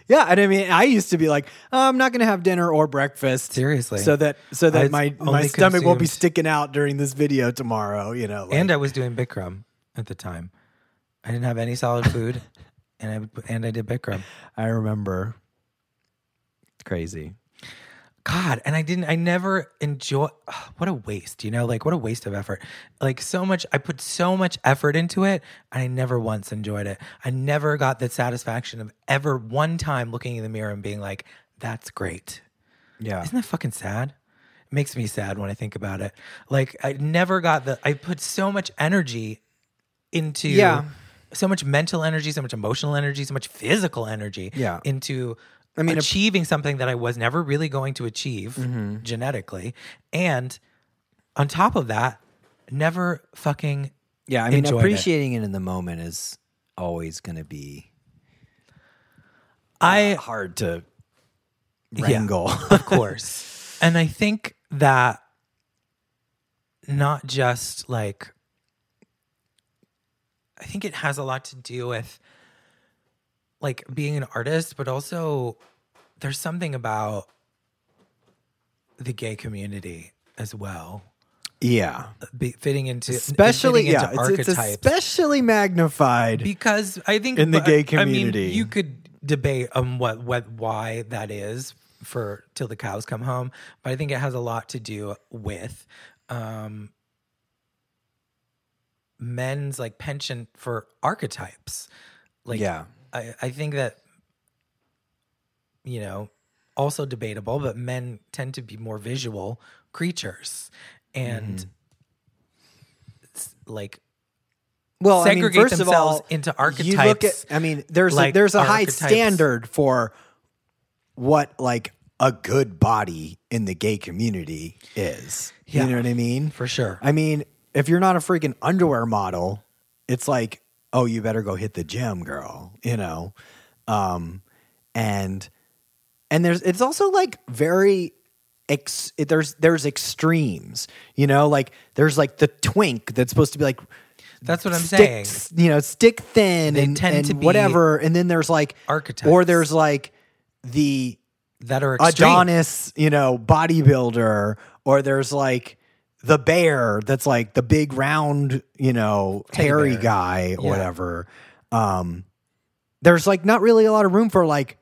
S1: Yeah, and I mean, I used to be like, oh, I'm not going to have dinner or breakfast,
S2: Seriously.
S1: so that so that
S2: I
S1: my my
S2: only
S1: stomach won't be
S2: consumed-
S1: sticking out during this video tomorrow. You know, like-
S2: and I was doing Bikram at the time. I didn't have any solid food, and I and I did Bikram.
S1: I remember. It's crazy.
S2: God, and I didn't. I never enjoy. ugh, What a waste, you know. Like what a waste of effort. Like so much. I put so much effort into it, and I never once enjoyed it. I never got the satisfaction of ever one time looking in the mirror and being like, "That's great."
S1: Yeah.
S2: Isn't that fucking sad? It makes me sad when I think about it. Like I never got the I put so much energy into
S1: Yeah.
S2: so much mental energy, so much emotional energy, so much physical energy
S1: Yeah.
S2: into
S1: I
S2: I
S1: mean,
S2: mean
S1: a-
S2: achieving something that I was never really going to achieve
S1: Mm-hmm.
S2: genetically. And on top of that, never fucking
S1: Yeah, I mean,
S2: enjoyed it.
S1: appreciating it. in the moment is always going to be uh,
S2: I
S1: hard to wrangle.
S2: of course. [laughs] And I think that not just like, I think it has a lot to do with like being an artist, but also there's something about the gay community as well,
S1: [laughs] yeah,
S2: be, fitting into
S1: especially
S2: fitting into
S1: yeah, it's, it's
S2: archetypes
S1: especially magnified.
S2: because I think
S1: In the
S2: but,
S1: gay
S2: I
S1: community.
S2: mean, you could debate on what what why that is for till the cows come home, but I think it has a lot to do with um, men's like penchant for archetypes. Like,
S1: yeah,
S2: I, I think that you know also debatable, but men tend to be more visual creatures and.
S1: Mm-hmm.
S2: s- Like
S1: well,
S2: segregate
S1: I mean, first of
S2: themselves
S1: all,
S2: into
S1: you
S2: archetypes.
S1: look at. I mean, there's a,
S2: like
S1: there's a high
S2: archetypes.
S1: standard for what like a good body in the gay community is.
S2: Yeah.
S1: You know what I mean?
S2: for sure.
S1: I mean, if you're not a freaking underwear model, it's like, oh, you better go hit the gym, girl, you know. Um and and there's it's also like very ex, there's there's extremes, you know, like there's like the twink that's supposed to be like
S2: That's what I'm saying.
S1: sticks, you know, stick thin
S2: They
S1: and,
S2: tend
S1: and
S2: to be
S1: whatever and then there's like
S2: archetypes.
S1: or there's like the
S2: That are extreme.
S1: Adonis, you know, bodybuilder, or there's like the bear that's like the big round, you know,
S2: Teddy
S1: hairy
S2: bear.
S1: guy or
S2: Yeah.
S1: whatever. Um, there's like not really a lot of room for like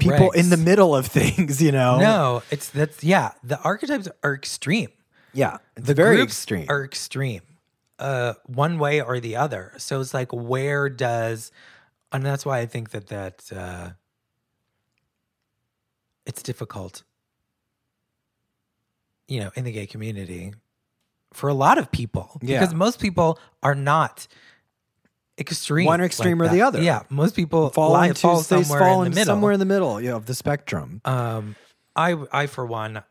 S1: people
S2: Regs.
S1: in the middle of [laughs] things, you know?
S2: No, it's that's yeah. The archetypes are extreme.
S1: Yeah. It's
S2: The
S1: very
S2: groups
S1: extreme.
S2: are extreme, uh, one way or the other. So it's like where does, and that's why I think that that uh, it's difficult. You know, in the gay community, for a lot of people,
S1: Yeah.
S2: because most people are not extreme.
S1: One extreme or the
S2: that.
S1: other.
S2: Yeah, most people
S1: fall
S2: lie-
S1: into,
S2: fall
S1: they
S2: somewhere
S1: fall
S2: in
S1: into
S2: the middle.
S1: somewhere in the middle yeah, of the spectrum.
S2: um i i for one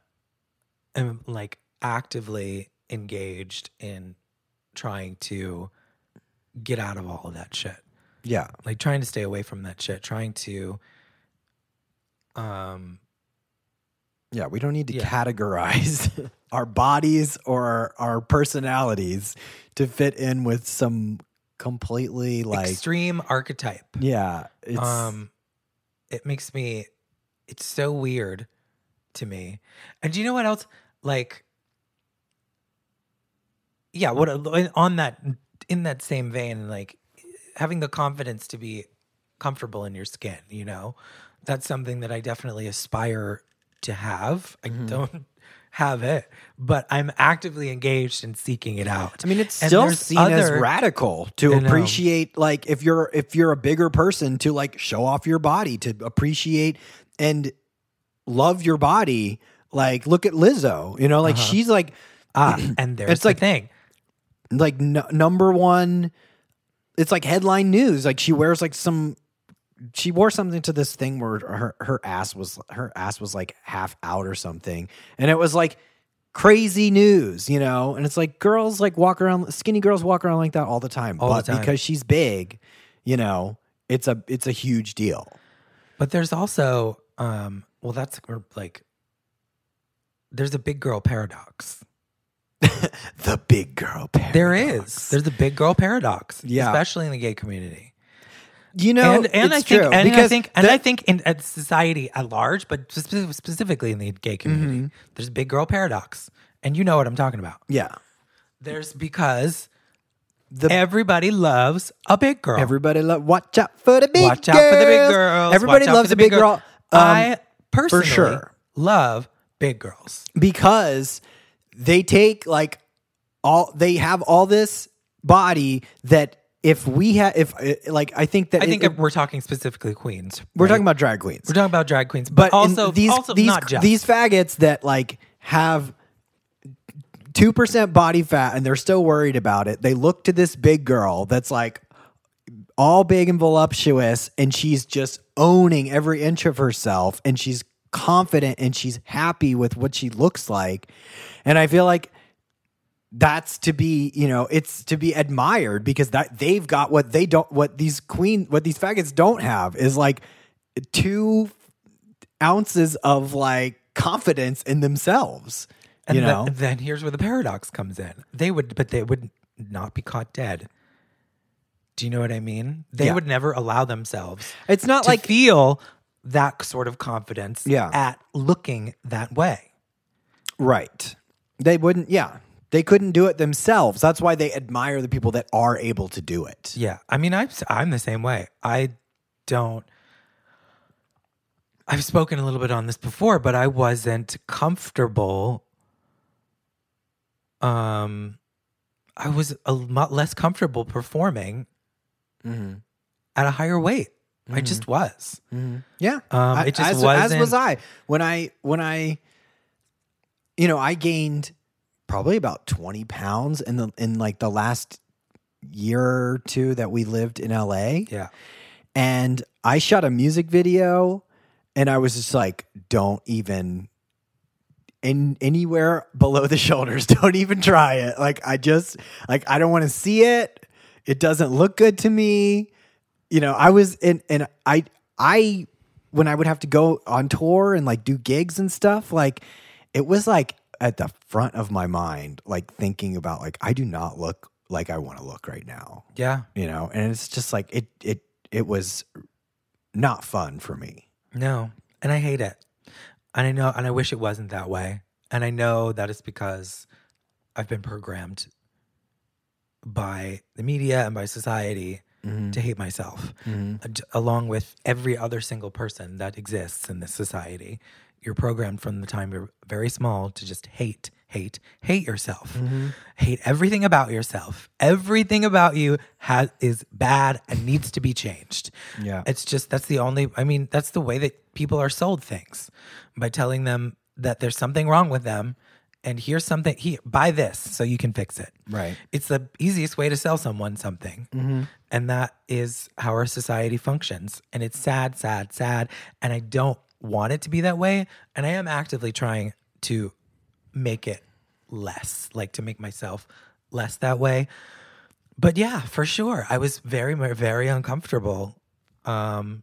S2: am like actively engaged in trying to get out of all of that shit
S1: Yeah.
S2: like trying to stay away from that shit trying to um
S1: Yeah. We don't need to
S2: Yeah.
S1: categorize
S2: [laughs]
S1: our bodies or our personalities to fit in with some completely like
S2: extreme archetype
S1: Yeah, it's
S2: um it makes me it's so weird to me and do you know what else like yeah, what on that in that same vein, like having the confidence to be comfortable in your skin, you know, that's something that I definitely aspire to have. I
S1: Mm-hmm.
S2: don't [laughs] have it, but I'm actively engaged in seeking it out.
S1: I mean, it's
S2: And
S1: still
S2: there's
S1: seen as
S2: other-
S1: radical to
S2: I know.
S1: appreciate, like if you're if you're a bigger person, to like show off your body, to appreciate and love your body. Like, look at Lizzo, you know, like she's like
S2: Uh-huh.
S1: [clears throat]
S2: Ah, and there's
S1: It's
S2: the
S1: like-
S2: thing.
S1: like n- number one. It's like headline news. Like she wears like some. She wore something to this thing where her her ass was her ass was like half out or something, and it was like crazy news, you know. And it's like girls like walk around, skinny girls walk around like that all the time.
S2: All the
S1: but
S2: time.
S1: because she's big, you know, it's a it's a huge deal.
S2: But there's also, um, well, that's or, like, there's a big girl paradox.
S1: The big girl paradox.
S2: There is. There's a big girl paradox,
S1: Yeah.
S2: especially in the gay community.
S1: you know,
S2: and and I
S1: it's
S2: think
S1: true,
S2: and I
S1: because
S2: think and I
S1: that-
S2: think in at society at large, but spe- specifically in the gay community,
S1: Mm-hmm.
S2: there's a big girl paradox, and you know what I'm talking about.
S1: yeah,
S2: There's because
S1: the
S2: everybody loves a big girl.
S1: Everybody love watch out for the big
S2: Watch out for the big
S1: girls.
S2: girls.
S1: Everybody
S2: Watch out for
S1: loves
S2: the
S1: a big girl. um,
S2: I personally
S1: sure.
S2: love big girls.
S1: because they take like all they have all this body that if we had if uh, like I think that
S2: I
S1: it-
S2: think
S1: it-
S2: if we're talking specifically queens.
S1: we're
S2: right?
S1: talking about drag queens.
S2: we're talking about drag queens,
S1: but
S2: but,
S1: in
S2: also
S1: these
S2: also
S1: these
S2: not just
S1: these faggots that like have two percent body fat and they're still worried about it. They look to this big girl that's like all big and voluptuous, and she's just owning every inch of herself, and she's confident and she's happy with what she looks like. And I feel like that's to be you know it's to be admired because that they've got what they don't what these queen what these faggots don't have is like two ounces of like confidence in themselves
S2: And
S1: you
S2: the-
S1: know
S2: then here's where the paradox comes in. They would, but they would not be caught dead. Do you know what I mean? They
S1: Yeah.
S2: would never allow themselves
S1: it's not
S2: to
S1: like
S2: feel that sort of confidence
S1: Yeah.
S2: at looking that way.
S1: right they wouldn't yeah they couldn't do it themselves that's why they admire the people that are able to do it
S2: Yeah. I mean, I'm, s- I'm the same way. I don't, I've spoken a little bit on this before, but I wasn't comfortable. Um, I was a lot less comfortable performing at a higher weight. I just was.
S1: yeah
S2: Um,
S1: I-
S2: it just
S1: as,
S2: wasn't.
S1: as was I when I when I you know I gained probably about twenty pounds in the in like the last year or two that we lived in LA
S2: Yeah.
S1: and I shot a music video and I was just like don't even in anywhere below the shoulders [laughs] don't even try it like I just like I don't want to see it it doesn't look good to me you know I was in and I I when I would have to go on tour and like do gigs and stuff like it was like at the front of my mind like thinking about like I do not look like I want to look right now
S2: Yeah.
S1: you know and it's just like it it it was not fun for me
S2: No. And I hate it. And I know, and I wish it wasn't that way. And I know that it's because I've been programmed by the media and by society
S1: Mm-hmm.
S2: to hate myself, ad- along with every other single person that exists in this society. You're programmed from the time you're very small to just hate, hate, hate yourself.
S1: Mm-hmm.
S2: Hate everything about yourself. Everything about you has is bad and needs to be changed.
S1: Yeah.
S2: It's just that's the only I mean, that's the way that people are sold things by telling them that there's something wrong with them and here's something here buy this so you can fix it.
S1: Right.
S2: It's the easiest way to sell someone something. And that is how our society functions. And it's sad, sad, sad. And I don't want it to be that way. And I am actively trying to make it less, like to make myself less that way. But yeah, for sure. I was very, mu- very uncomfortable um,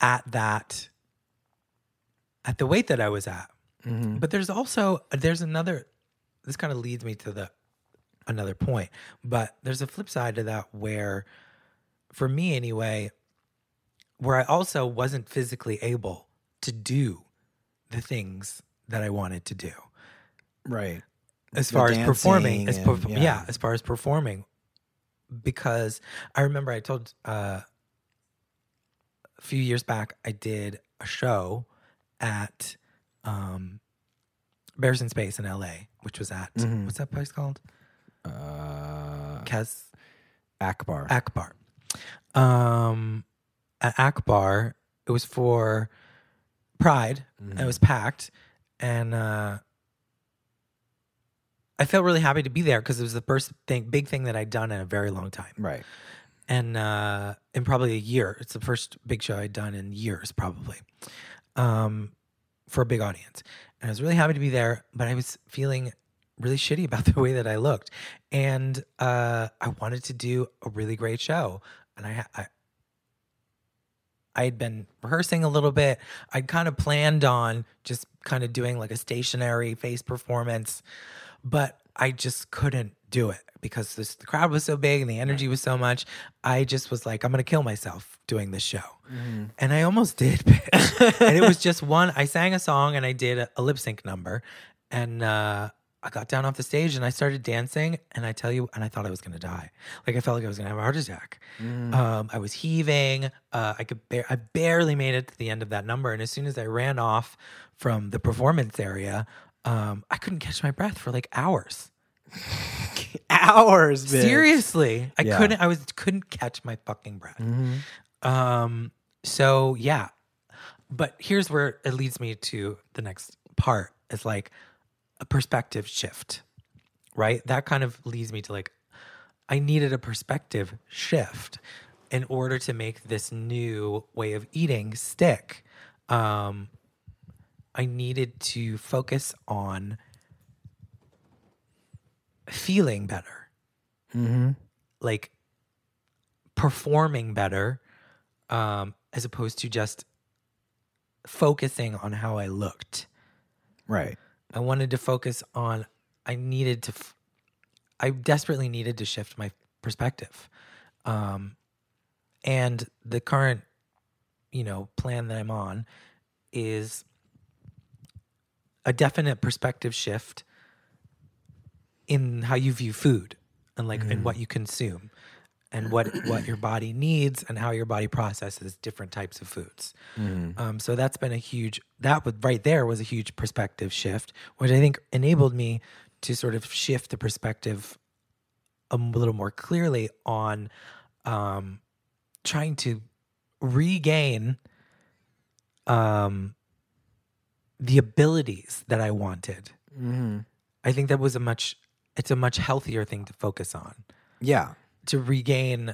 S2: at that, at the weight that I was at. But there's also, there's another, this kind of leads me to the another point. But there's a flip side to that where, for me anyway, where I also wasn't physically able to do the things that I wanted to do.
S1: right
S2: as
S1: The
S2: far as performing, as
S1: dancing
S2: perf-
S1: and-
S2: yeah.
S1: yeah.
S2: as far as performing, because I remember I told uh, a few years back I did a show at um, Bears in Space in L.A., which was at
S1: Mhm.
S2: what's that place called?
S1: Uh,
S2: Kaz
S1: Akbar.
S2: Akbar. Um, at Akbar, it was for Pride,
S1: Mm-hmm.
S2: and it was packed and uh i felt really happy to be there because it was the first thing big thing that i'd done in a very long time
S1: right.
S2: and uh in probably a year it's the first big show i'd done in years probably um for a big audience and i was really happy to be there but i was feeling really shitty about [laughs] the way that i looked and uh i wanted to do a really great show and i i I had been rehearsing a little bit. I'd kind of planned on just kind of doing like a stationary face performance, but I just couldn't do it because this, the crowd was so big and the energy was so much. I just was like, I'm going to kill myself doing this show.
S1: Mm-hmm.
S2: And I almost did. [laughs] bitch. and it was just one, I sang a song and I did a, a lip sync number. And uh, I got down off the stage and I started dancing. And I tell you, and I thought I was going to die. Like I felt like I was going to have a heart attack. Um, I was heaving. Uh, I could bar- I barely made it to the end of that number, and as soon as I ran off from the performance area, um, I couldn't catch my breath for like hours.
S1: [laughs] Hours, bitch.
S2: Seriously, I
S1: Yeah.
S2: couldn't. I was couldn't catch my fucking breath.
S1: Mhm.
S2: Um, so yeah, but here's where it leads me to the next part is like a perspective shift, right? That kind of leads me to like, I needed a perspective shift in order to make this new way of eating stick. Um, I needed to focus on feeling better
S1: Mhm.
S2: like performing better um as opposed to just focusing on how i looked
S1: Right.
S2: i wanted to focus on i needed to f- i desperately needed to shift my perspective um and the current you know plan that i'm on is a definite perspective shift in how you view food and like and what you consume and what what your body needs and how your body processes different types of foods
S1: Mm-hmm.
S2: um, so that's been a huge that was right there was a huge perspective shift which i think enabled me to sort of shift the perspective a m- little more clearly on um, trying to regain um, the abilities that I wanted.
S1: Mhm.
S2: I think that was a much it's a much healthier thing to focus on
S1: Yeah.
S2: to regain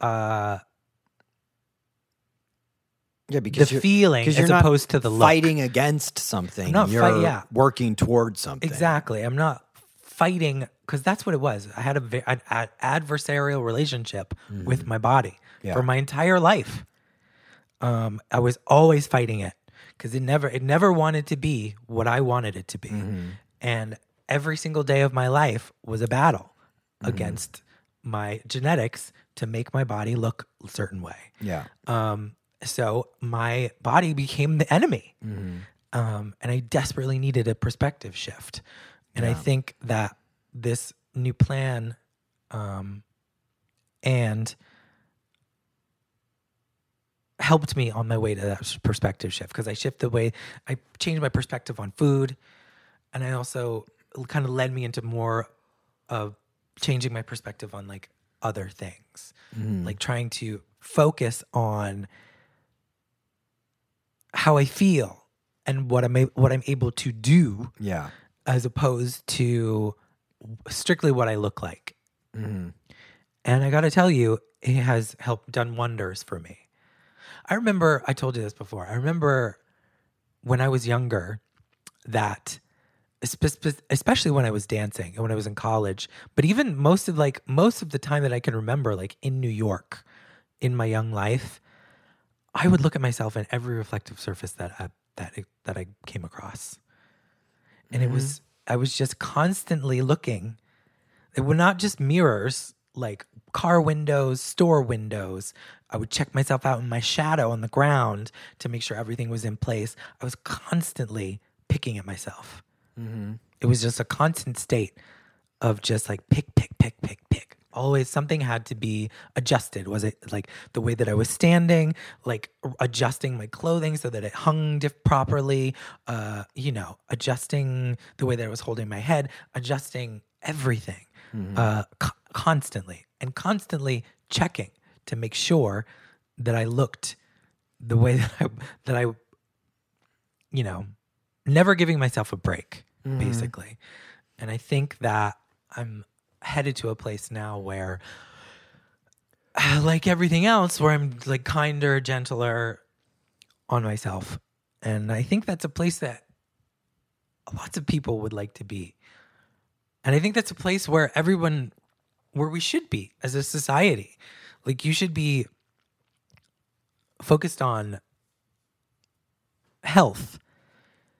S2: uh,
S1: Yeah,
S2: the
S1: because you're,
S2: feeling
S1: 'cause
S2: as
S1: you're not
S2: opposed to the look.
S1: fighting against something.
S2: I'm not
S1: you're
S2: fight- yeah.
S1: working towards something.
S2: Exactly. I'm not fighting because that's what it was. I had a ve- an ad- adversarial relationship with my body
S1: Yeah.
S2: for my entire life. Um, I was always fighting it because it never it never wanted to be what I wanted it to be,
S1: Mm-hmm.
S2: and every single day of my life was a battle against my genetics to make my body look a certain way.
S1: Yeah.
S2: Um, so my body became the enemy.
S1: mm-hmm.
S2: Um, and I desperately needed a perspective shift. And I think that this new plan um, and helped me on my way to that s- perspective shift because I shift the way I changed my perspective on food. And I also kind of led me into more of changing my perspective on like other things
S1: Mm-hmm.
S2: like trying to focus on how I feel and what I'm a- what I'm able to do
S1: Yeah.
S2: as opposed to strictly what I look like.
S1: Mm-hmm.
S2: And I got to tell you, it has helped done wonders for me. I remember I told you this before. I remember when I was younger that espe- spe- especially when I was dancing and when I was in college, but even most of like most of the time that I can remember like in New York in my young life, I would look at myself in every reflective surface that I, that I, that I came across. And it was I was just constantly looking they were not just mirrors, like car windows, store windows. I would check myself out in my shadow on the ground to make sure everything was in place. I was constantly picking at myself, It was just a constant state of just like pick, pick, pick, pick, pick. Always something had to be adjusted. Was it like the way that I was standing, like r- adjusting my clothing so that it hung diff- properly, uh, you know, adjusting the way that I was holding my head, adjusting everything uh, co- constantly and constantly checking to make sure that I looked the way [laughs] that I, that I you know, never giving myself a break, basically. And I think that I'm headed to a place now where, [sighs] like everything else, where I'm like kinder, gentler on myself. And I think that's a place that lots of people would like to be. And I think that's a place where everyone, where we should be as a society. Like, you should be focused on health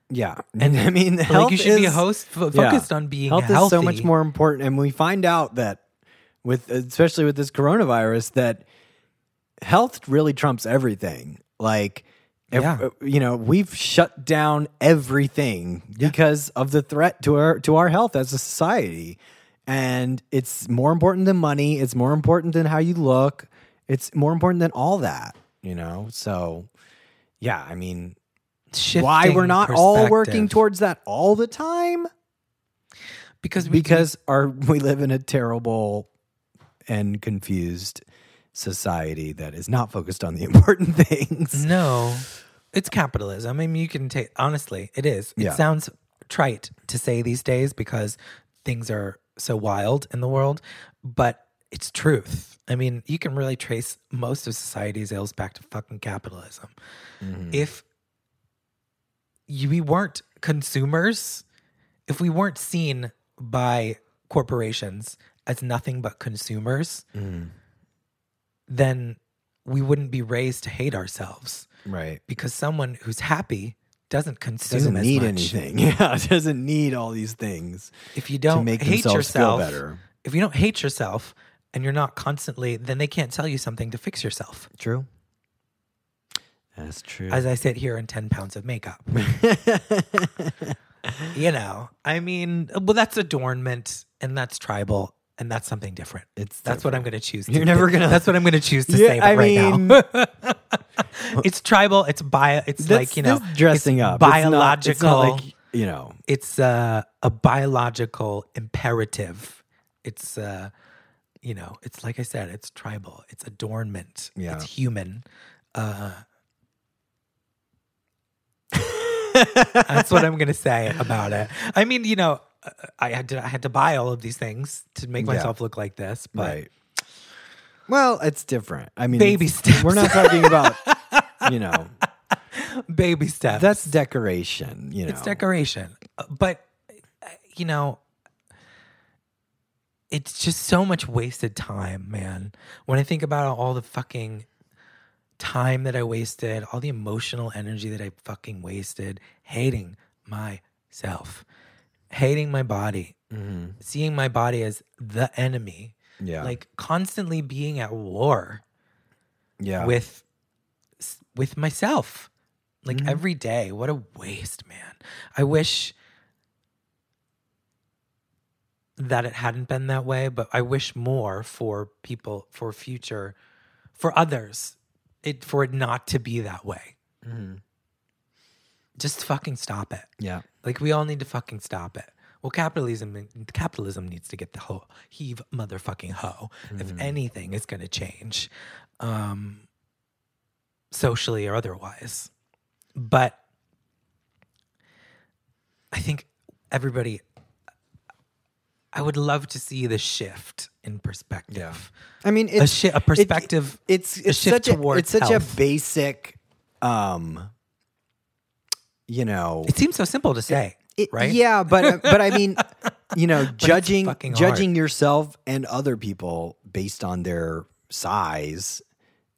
S1: Yeah, and I mean, health
S2: like you should be a
S1: is-
S2: host fo-
S1: yeah.
S2: focused on being
S1: health
S2: healthy.
S1: is so much more important, and we find out that with especially with this coronavirus that health really trumps everything. Like, ev-
S2: Yeah.
S1: you know, we've shut down everything because of the threat to our to our health as a society, and it's more important than money. It's more important than how you look. It's more important than all that. You know, so yeah, I mean,
S2: Shifting
S1: why we're not all working
S2: perspective.
S1: towards that all the time?
S2: because we
S1: because our [laughs] we live in a terrible and confused society that is not focused on the [laughs] important things.
S2: no, it's capitalism. I mean, you can take honestly, it is. It
S1: Yeah.
S2: sounds trite to say these days because things are so wild in the world, but it's truth. I mean, you can really trace most of society's ills back to fucking capitalism. if you, we weren't consumers, if we weren't seen by corporations as nothing but consumers,
S1: Mm-hmm.
S2: then we wouldn't be raised to hate ourselves
S1: Right.
S2: because someone who's happy doesn't consume
S1: Doesn't
S2: as
S1: need
S2: much.
S1: anything. [laughs] Yeah, doesn't need all these things
S2: If you
S1: to
S2: don't
S1: make
S2: hate
S1: themselves
S2: yourself,
S1: feel better.
S2: if you don't hate yourself and you're not constantly, then they can't tell you something to fix yourself.
S1: True. That's true.
S2: As I sit here in 10 pounds of makeup. you know, I mean, well, that's adornment and that's tribal and that's something different.
S1: [laughs] It's
S2: that's what I'm going to choose. to-
S1: You're never gonna-
S2: That's what I'm going to choose to
S1: [laughs] Yeah,
S2: say
S1: I
S2: right
S1: mean-
S2: now. [laughs] it's tribal. It's bio. It's
S1: That's-
S2: like you know,
S1: that's dressing
S2: it's
S1: up. It's not-
S2: Biological.
S1: it's
S2: It's,
S1: not like, you know,
S2: uh, a biological imperative. It's uh, you know, it's like I said, it's tribal. It's adornment.
S1: Yeah.
S2: It's human. [laughs] That's what I'm gonna say about it. I mean, you know, uh, I had to I had to buy all of these things to make
S1: Yeah.
S2: myself look like this, but
S1: right. Well, it's different. I mean,
S2: Baby
S1: it's-
S2: steps.
S1: We're not talking
S2: [laughs]
S1: about, you know,
S2: baby steps.
S1: that's decoration. You know,
S2: it's decoration, Uh, but uh, you know, it's just so much wasted time, man. When I think about all the fucking time that I wasted, all the emotional energy that I fucking wasted, hating myself, hating my body,
S1: Mhm.
S2: seeing my body as the enemy.
S1: Yeah.
S2: like constantly being at war
S1: yeah.
S2: with s- with myself like every day what a waste man i wish that it hadn't been that way but i wish more for people for future for others it for it not to be that way
S1: Mhm.
S2: just fucking stop it
S1: Yeah.
S2: like we all need to fucking stop it. Well, capitalism capitalism needs to get the whole heave motherfucking hoe.
S1: Mm-hmm.
S2: If anything is going to change, um, socially or otherwise, but I think everybody. I would love to see the shift in perspective.
S1: I mean,
S2: A,
S1: it's
S2: shi a perspective.
S1: It, it's
S2: a
S1: it's
S2: shift
S1: such a
S2: towards
S1: it's such
S2: health.
S1: a basic, um, you know,
S2: it seems so simple to say,
S1: it-
S2: right?
S1: Yeah, but uh, but I
S2: [laughs]
S1: mean, you know, judging
S2: fucking
S1: judging yourself and other people based on their size,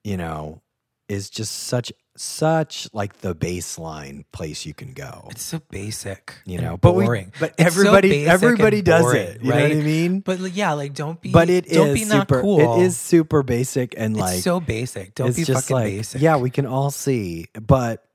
S1: you know, is just such such like the baseline place you can go.
S2: It's so basic,
S1: you
S2: and
S1: know, but we-
S2: boring.
S1: but
S2: It's so
S1: everybody
S2: basic and
S1: everybody does
S2: boring,
S1: it. You know what I mean?
S2: But like, yeah, like don't be,
S1: But it
S2: don't
S1: is
S2: be not
S1: super.
S2: cool.
S1: It is super basic and
S2: It's
S1: like
S2: so basic. Don't
S1: it's
S2: be
S1: just
S2: fucking
S1: like
S2: basic.
S1: yeah, we can all see, but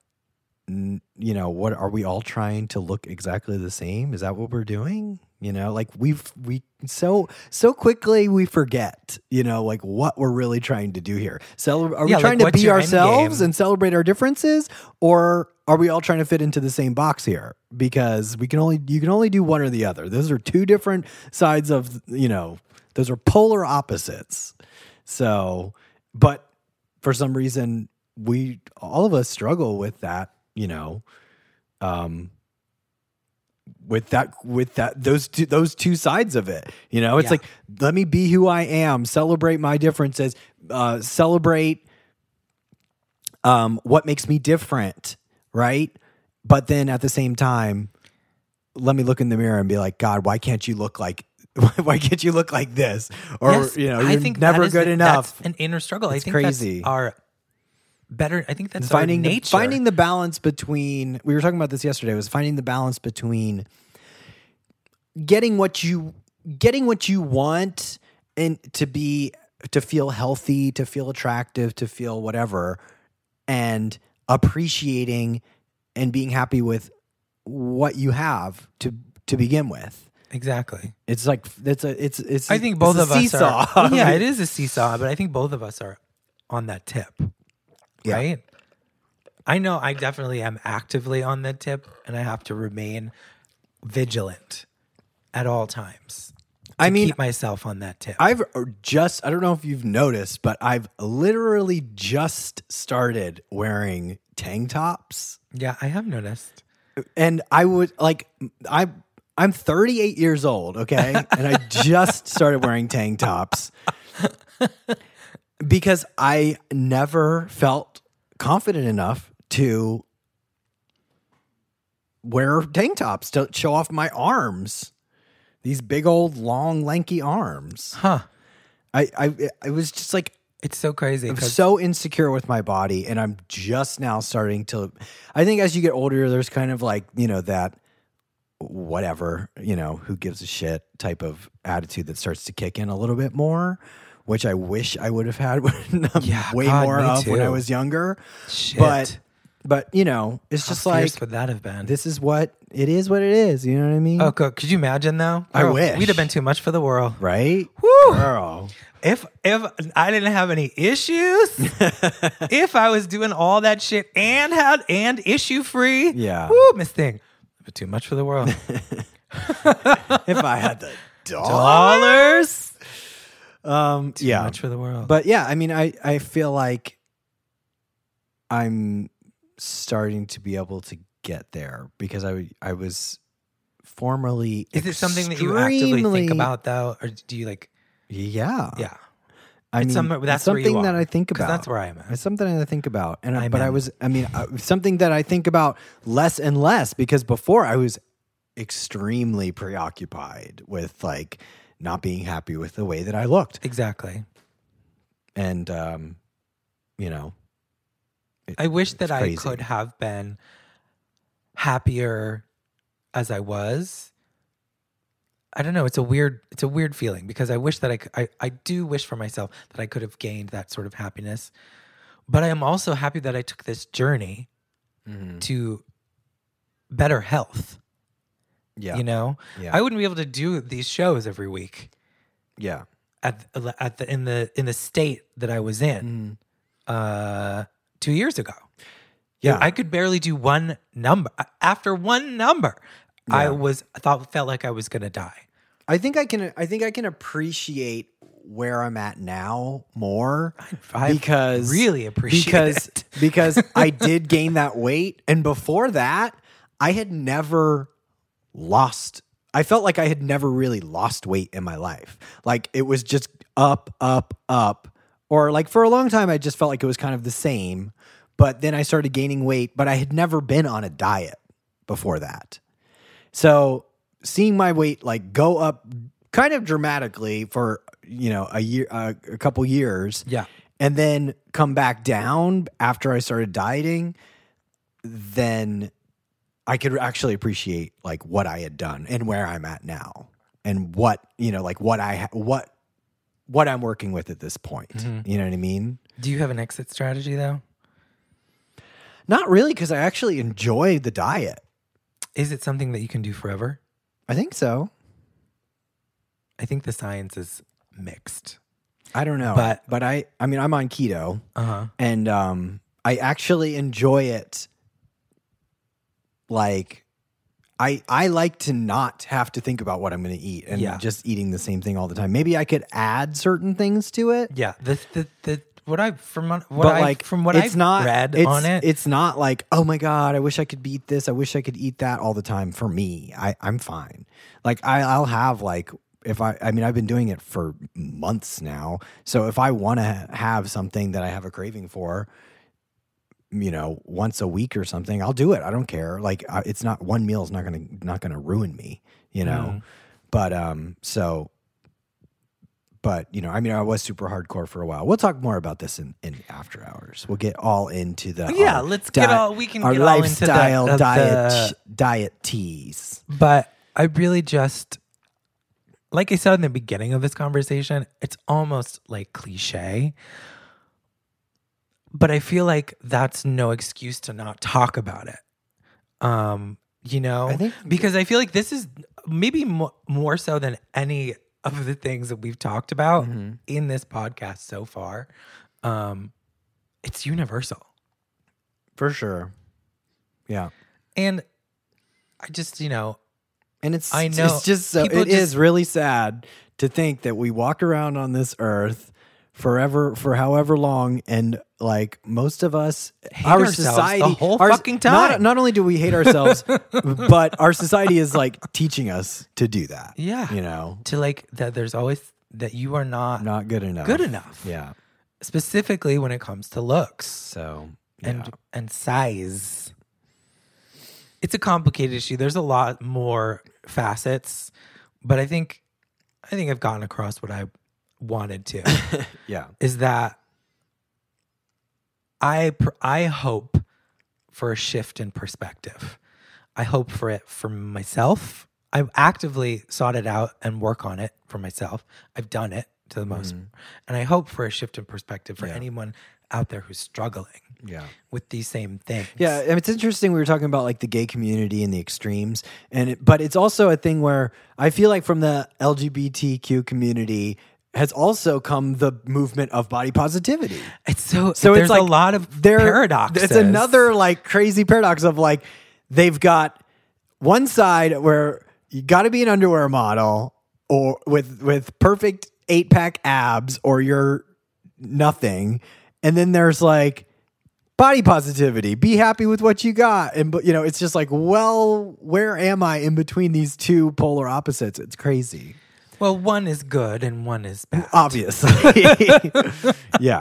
S1: n- you know, what are we all trying to look exactly the same? Is that what we're doing? You know, like we've we so so quickly we forget, you know, like what we're really trying to do here. Cele- are
S2: Yeah,
S1: we
S2: like,
S1: trying to
S2: what's
S1: be
S2: your end
S1: ourselves
S2: game?
S1: and celebrate our differences, or are we all trying to fit into the same box here? Because we can only you can only do one or the other. Those are two different sides of you know those are polar opposites. So, but for some reason we all of us struggle with that you know um with that with that those two those two sides of it you know it's
S2: Yeah.
S1: like let me be who i am celebrate my differences uh celebrate um what makes me different right but then at the same time let me look in the mirror and be like god why can't you look like [laughs] why can't you look like this or
S2: Yes,
S1: you know
S2: I
S1: you're
S2: think that
S1: never
S2: is
S1: good
S2: the-
S1: enough
S2: That's an inner struggle.
S1: It's
S2: I think
S1: crazy.
S2: that's our better. I think that's
S1: finding
S2: our
S1: the,
S2: nature.
S1: finding the balance between we were talking about this yesterday was finding the balance between getting what you getting what you want and to be to feel healthy to feel attractive to feel whatever and appreciating and being happy with what you have to to begin with
S2: exactly.
S1: it's like it's a it's it's
S2: I think both
S1: it's
S2: of
S1: a
S2: us
S1: seesaw.
S2: are. [laughs]
S1: [laughs]
S2: Yeah, it is a seesaw, but I think both of us are on that tip.
S1: Yeah.
S2: Right? I know I definitely am actively on that tip and I have to remain vigilant at all times.
S1: i mean
S2: Keep myself on that tip.
S1: I've uh, just, I don't know if you've noticed, but I've literally just started wearing tank tops.
S2: yeah, I have noticed.
S1: And I would like, I, I'm 38 years old, okay? And I just started wearing tank tops because I never felt confident enough to wear tank tops to show off my arms, these big old long, lanky arms.
S2: Huh.
S1: I, I I was just like
S2: It's so crazy.
S1: I'm
S2: 'cause-
S1: so insecure with my body, and I'm just now starting to. I think as you get older, there's kind of like you know that whatever you know who gives a shit type of attitude that starts to kick in a little bit more, which I wish I would have had [laughs] when,
S2: Yeah,
S1: way
S2: God,
S1: more
S2: me
S1: of when
S2: too.
S1: I was younger.
S2: shit.
S1: But but you know, it's
S2: How
S1: just like
S2: fierce would that have been?
S1: this is what it is. What it is, you know what I mean?
S2: Oh, God, could you imagine though?
S1: I
S2: Girl,
S1: wish.
S2: we'd have been too much for the world.
S1: Right,
S2: Whew. [laughs]
S1: girl.
S2: If if I didn't have any
S1: [laughs]
S2: issues, if I was doing all that shit and had and issue free,
S1: Yeah.
S2: woo, Miss Thing, but too much for
S1: [laughs]
S2: the world. [laughs]
S1: if I had the dollar,
S2: Dollars,
S1: um,
S2: too
S1: yeah,
S2: much for the world.
S1: But yeah, I mean, I I feel like I'm starting to be able to get there because I w- I was formerly
S2: is it something that you actively think
S1: extremely-
S2: about though, or do you like?
S1: Yeah,
S2: Yeah,
S1: I
S2: It's
S1: mean,
S2: somewhere- that's
S1: it's
S2: where you
S1: something that
S2: are,
S1: I think
S2: because
S1: about.
S2: that's where I am. At.
S1: It's something that I think about, and I
S2: I'm
S1: but I
S2: in.
S1: was, I mean, I, something that I think about less and less because before I was extremely preoccupied with like not being happy with the way that I looked,
S2: Exactly.
S1: and um, you know, it-
S2: I wish that
S1: it's
S2: I
S1: crazy.
S2: could have been happier as I was. I don't know. It's a weird. It's a weird feeling because I wish that I, c- I. I do wish for myself that I could have gained that sort of happiness, but I am also happy that I took this journey
S1: Mm-hmm.
S2: to better health.
S1: yeah,
S2: You know,
S1: yeah,
S2: I wouldn't be able to do these shows every week
S1: yeah.
S2: at at the in the in the state that I was in uh, two years ago.
S1: Yeah.
S2: I could barely do one number. After one number, I
S1: Yeah.
S2: was I thought felt like I was gonna die.
S1: I think I can I think I can appreciate where I'm at now more
S2: I
S1: because
S2: really appreciate
S1: because
S2: it. [laughs]
S1: because I did gain that weight and before that I had never lost I felt like I had never really lost weight in my life. Like it was just up up up or like for a long time I just felt like it was kind of the same but then I started gaining weight but I had never been on a diet before that. So seeing my weight like go up kind of dramatically for you know a year uh, a couple years
S2: Yeah.
S1: and then come back down after I started dieting then I could actually appreciate like what I had done and where I'm at now and what you know like what I ha- what what I'm working with at this point
S2: Mhm.
S1: you know what I mean
S2: Do you have an exit strategy though?
S1: Not really, because I actually enjoy the diet.
S2: Is it something that you can do forever?
S1: I think so.
S2: I think the science is mixed.
S1: I don't know,
S2: But-
S1: but I I mean I'm on keto
S2: Uh huh.
S1: and um I actually enjoy it. Like, I I like to not have to think about what I'm going to eat and
S2: Yeah.
S1: just eating the same thing all the time. Maybe I could add certain things to it.
S2: Yeah. The the the what I from what
S1: but
S2: I
S1: like
S2: from what
S1: it's
S2: I've
S1: not
S2: read
S1: it's,
S2: on it.
S1: it's not like oh my god i wish i could eat this i wish i could eat that all the time for me i i'm fine like i i'll have like if i i mean i've been doing it for months now so if i want to have something that i have a craving for you know once a week or something i'll do it i don't care like I, it's not one meal is not gonna not gonna ruin me you
S2: Mm.
S1: know but um so but you know i mean i was super hardcore for a while we'll talk more about this in, in after hours we'll get all into the
S2: yeah,
S1: our
S2: let's
S1: di-
S2: get all we can
S1: our
S2: get
S1: lifestyle
S2: all into the,
S1: diet
S2: the-
S1: diet teas
S2: but I really just like I said in the beginning of this conversation, it's almost like cliche. But I feel like that's no excuse to not talk about it. Um, you know,
S1: I think-
S2: because I feel like this is maybe mo- more so than any of the things that we've talked about
S1: Mm-hmm.
S2: in this podcast so far. Um, it's universal.
S1: for sure yeah
S2: And I just, you know,
S1: and it's
S2: I
S1: it's
S2: know.
S1: just so it
S2: People
S1: is
S2: just-
S1: really sad to think that we walk around on this earth forever for however long and like most of us
S2: Hate
S1: our
S2: ourselves the
S1: society
S2: whole
S1: our-
S2: fucking
S1: not,
S2: time.
S1: not only do we hate
S2: [laughs]
S1: ourselves but our society is like teaching us to do that
S2: yeah,
S1: you know
S2: to like that there's always that you are not
S1: not good enough
S2: good enough.
S1: yeah
S2: Specifically when it comes to looks
S1: so
S2: and
S1: yeah.
S2: and size. It's a complicated issue. There's a lot more facets, but I think I think I've gotten across what I wanted to
S1: yeah
S2: is that I pr- I hope for a shift in perspective. I hope for it for myself. I've actively sought it out and work on it for myself. I've done it to the most, and I hope for a shift in perspective for
S1: Mm. Yeah.
S2: anyone out there who's struggling
S1: yeah
S2: with these same things.
S1: Yeah, and it's interesting. We were talking about like the gay community and the extremes, and it, but it's also a thing where I feel like from the LGBTQ community has also come the movement of body positivity.
S2: it's so.
S1: So
S2: So
S1: it's
S2: there's
S1: like
S2: a lot of
S1: There,
S2: paradoxes.
S1: It's another like crazy paradox of like they've got one side where you got to be an underwear model or with with perfect eight pack abs or you're nothing, and then there's like body positivity be happy with what you got and but you know it's just like well where am i in between these two polar opposites it's crazy
S2: Well, one is good and one is bad.
S1: obviously [laughs] yeah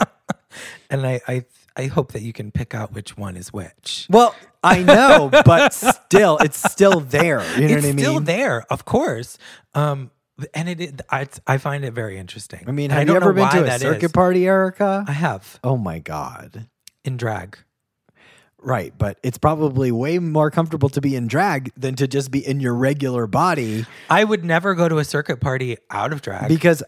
S2: and I, I I hope that you can pick out which one is which.
S1: well i know
S2: [laughs]
S1: but still it's still there you know
S2: it's
S1: what i mean
S2: still there, of course. Um, and it, it I, I find it very interesting.
S1: i mean
S2: And
S1: have
S2: don't
S1: you ever
S2: know
S1: been
S2: why
S1: to a
S2: that
S1: circuit
S2: is.
S1: party erica
S2: I have
S1: oh my god
S2: in drag.
S1: right but it's probably way more comfortable to be in drag than to just be in your regular body
S2: I would never go to a circuit party out of drag.
S1: because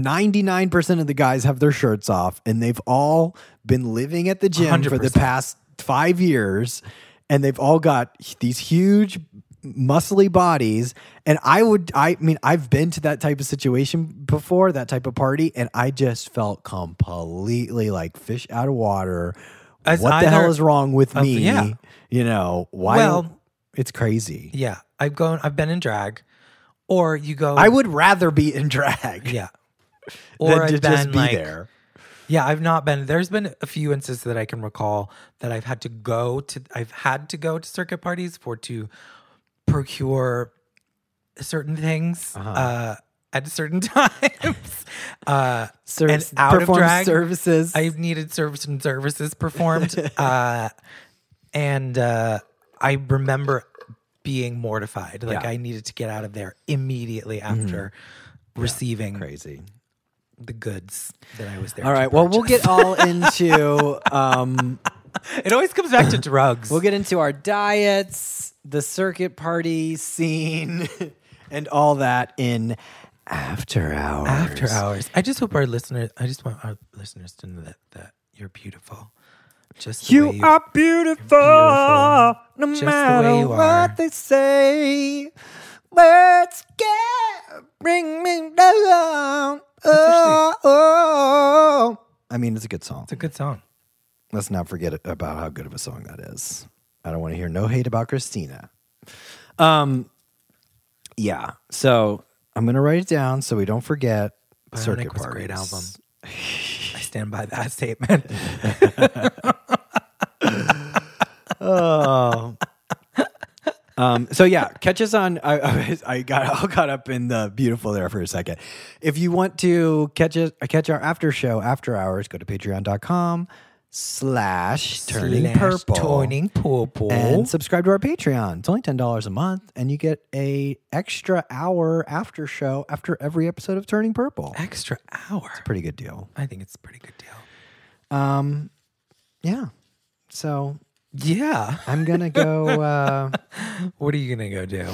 S1: 99% of the guys have their shirts off and they've all been living at the gym for the
S2: 100%.
S1: past five years and they've all got these huge muscly bodies and i would i mean i've been to that type of situation before that type of party and i just felt completely like fish out of water
S2: As
S1: what the hell
S2: either
S1: is wrong with
S2: of-
S1: me
S2: yeah.
S1: you know why
S2: Well-
S1: it's crazy
S2: yeah, I've gone. I've been in drag, or you go.
S1: i would rather be in drag [laughs]
S2: yeah.
S1: than
S2: Or
S1: to
S2: I've
S1: just
S2: been
S1: be
S2: like,
S1: there
S2: yeah, I've not been. There's been a few instances that I can recall that I've had to go to. I've had to go to circuit parties for to procure certain things
S1: Uh-huh.
S2: uh at certain [laughs] times. uh,
S1: service,
S2: and out of
S1: perform
S2: drag,
S1: services.
S2: I've needed service and services
S1: [laughs]
S2: performed. uh, and uh, I remember being mortified. Like
S1: Yeah. Mm-hmm.
S2: I needed to get out of there immediately after receiving
S1: Crazy.
S2: the goods that I was there.
S1: All
S2: to
S1: right. Well, we'll
S2: purchase.
S1: get all into um,
S2: it always comes
S1: [clears throat]
S2: back to drugs.
S1: we'll get into our diets, the circuit party scene, [laughs] and all that in after hours.
S2: after hours. I just hope our listeners. I just want our listeners to know that that you're beautiful. Just the way
S1: You
S2: you-
S1: are beautiful, no
S2: Just the way
S1: matter
S2: you are.
S1: what they say. Let's get bring me down. Oh, oh. I mean, it's a good song.
S2: It's a good song.
S1: Let's not forget about how good of a song that is. I don't want to hear no hate about Christina. Um, yeah. So I'm gonna write it down so we don't forget.
S2: Bionic
S1: Circuit
S2: was
S1: Parties.
S2: a great album. I stand by that [laughs] statement.
S1: Oh. [laughs] um, so yeah, catch us on. I, I, was- I got all caught up in the beautiful there for a second. If you want to catch us, catch our after show after hours, go to patreon.com slash turning
S2: Slash
S1: purple
S2: Turning purple.
S1: and subscribe to our Patreon. It's only ten dollars a month, and you get a extra hour after show after every episode of Turning Purple.
S2: Extra hour.
S1: Pretty good deal.
S2: I think it's a pretty good deal.
S1: Um, yeah. So
S2: Yeah.
S1: I'm gonna [laughs] go. Uh,
S2: What are you gonna
S1: [laughs]
S2: go do?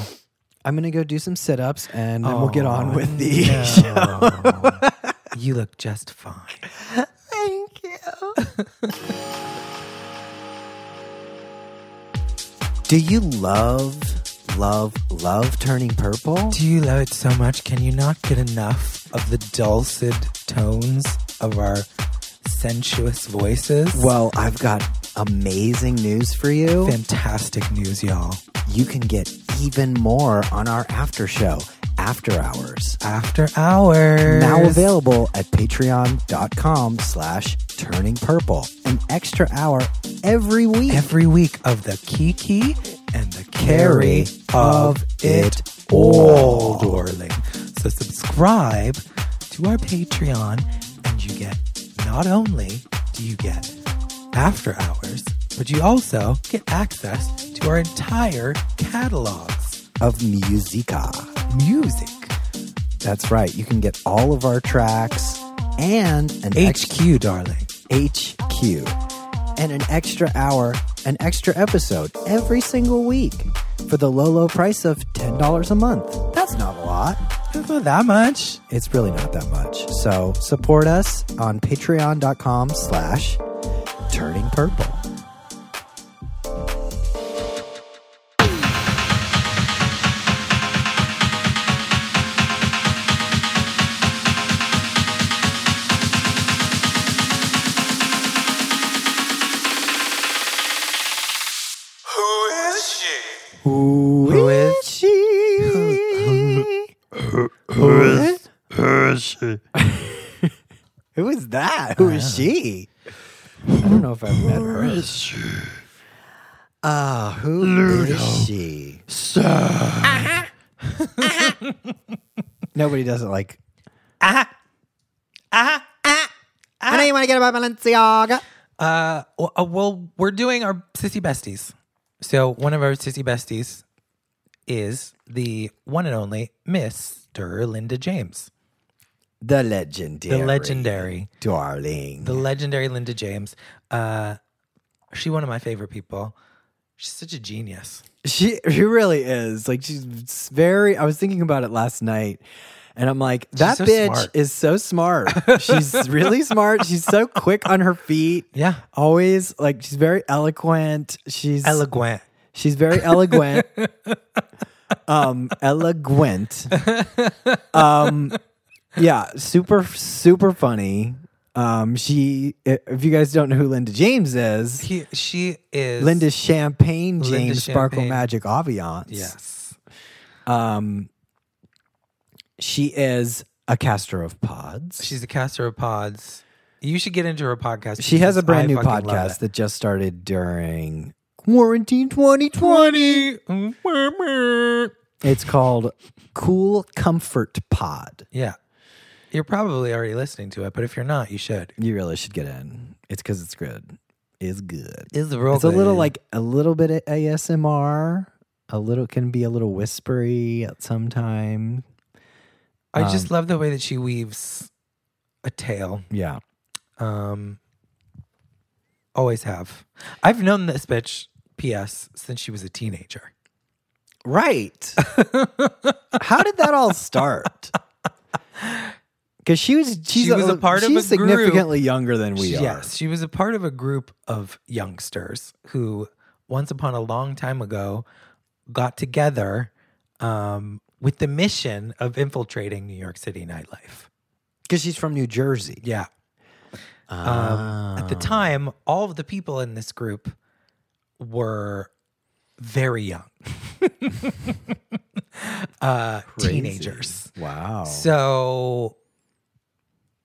S1: I'm gonna go do some sit ups and then we'll get on with the [laughs]
S2: show. Oh. you look just fine.
S1: Thank you. Do you love, love, love turning purple?
S2: Do you love it so much? Can you not get enough of the dulcet tones of our sensuous voices?
S1: Well, I've got amazing news for you.
S2: fantastic news, y'all.
S1: You can get even more on our after show, After Hours.
S2: After hours.
S1: Now available at patreon.com slash turning purple. An extra hour every week.
S2: every week of the Kiki and the
S1: Carry
S2: Carry of It All, darling. So subscribe to our Patreon and you get not only do you get after hours, but you also get access to our entire catalogs,
S1: of Musica.
S2: music,
S1: That's right. You can get all of our tracks and an ex-
S2: HQ, darling.
S1: HQ and an extra hour, an extra episode every single week for the low, low price of $10 a month. That's not a lot.
S2: That's not that much.
S1: It's really not that much. So support us on patreon.com slash turning purple.
S3: Who is she?
S2: Who is
S1: she? Who is, who is that? Who is she? I don't know if I've met her. Who is she? Uh, who is she? Uh-huh. Sir. [laughs] Nobody doesn't like. Uh-huh. I know you want to get about Balenciaga.
S2: Uh, w- uh, well, we're doing our sissy besties. So one of our sissy besties is the one and only Mr. Linda James,
S1: The legendary.
S2: the legendary,
S1: Darling.
S2: the legendary Linda James. Uh, she's one of my favorite people. She's such a genius.
S1: She she really is. Like she's very I was thinking about it last night and I'm like that
S2: so
S1: bitch
S2: smart.
S1: is so smart. she's really smart. She's so quick on her feet.
S2: Yeah,
S1: Always like she's very eloquent. She's
S2: eloquent.
S1: she's very eloquent. um eloquent. Um yeah, super super funny. Um she if you guys don't know who Linda James is,
S2: He, she is
S1: Linda Champagne James
S2: Linda
S1: Sparkle
S2: Champagne.
S1: Magic Aviance.
S2: Yes,
S1: Um, she is a caster of pods.
S2: she's a caster of pods. You should get into her podcast.
S1: she has a
S2: because
S1: brand new
S2: I fucking love it.
S1: podcast that just started during quarantine 2020.
S2: Mm-hmm.
S1: It's called Cool Comfort Pod.
S2: Yeah. You're probably already listening to it, but if you're not, you should.
S1: You really should get in. It's because it's good. It's good.
S2: It's real
S1: It's a little like a little bit of ASMR. A little can be a little whispery at some time.
S2: I
S1: um,
S2: just love the way that she weaves a tale.
S1: Yeah.
S2: Um always have. I've known this bitch PS since she was a teenager.
S1: [laughs] Right. How did that all start? because she was she's
S2: She was a part of
S1: she's
S2: a group.
S1: significantly younger than we are.
S2: yes, she was a part of a group of youngsters who, once upon a long time ago, got together um, with the mission of infiltrating New York City nightlife.
S1: because she's from New Jersey.
S2: Yeah.
S1: Ah,
S2: Um, At the time, all of the people in this group were very young, [laughs] uh,
S1: Crazy.
S2: teenagers.
S1: Wow.
S2: So,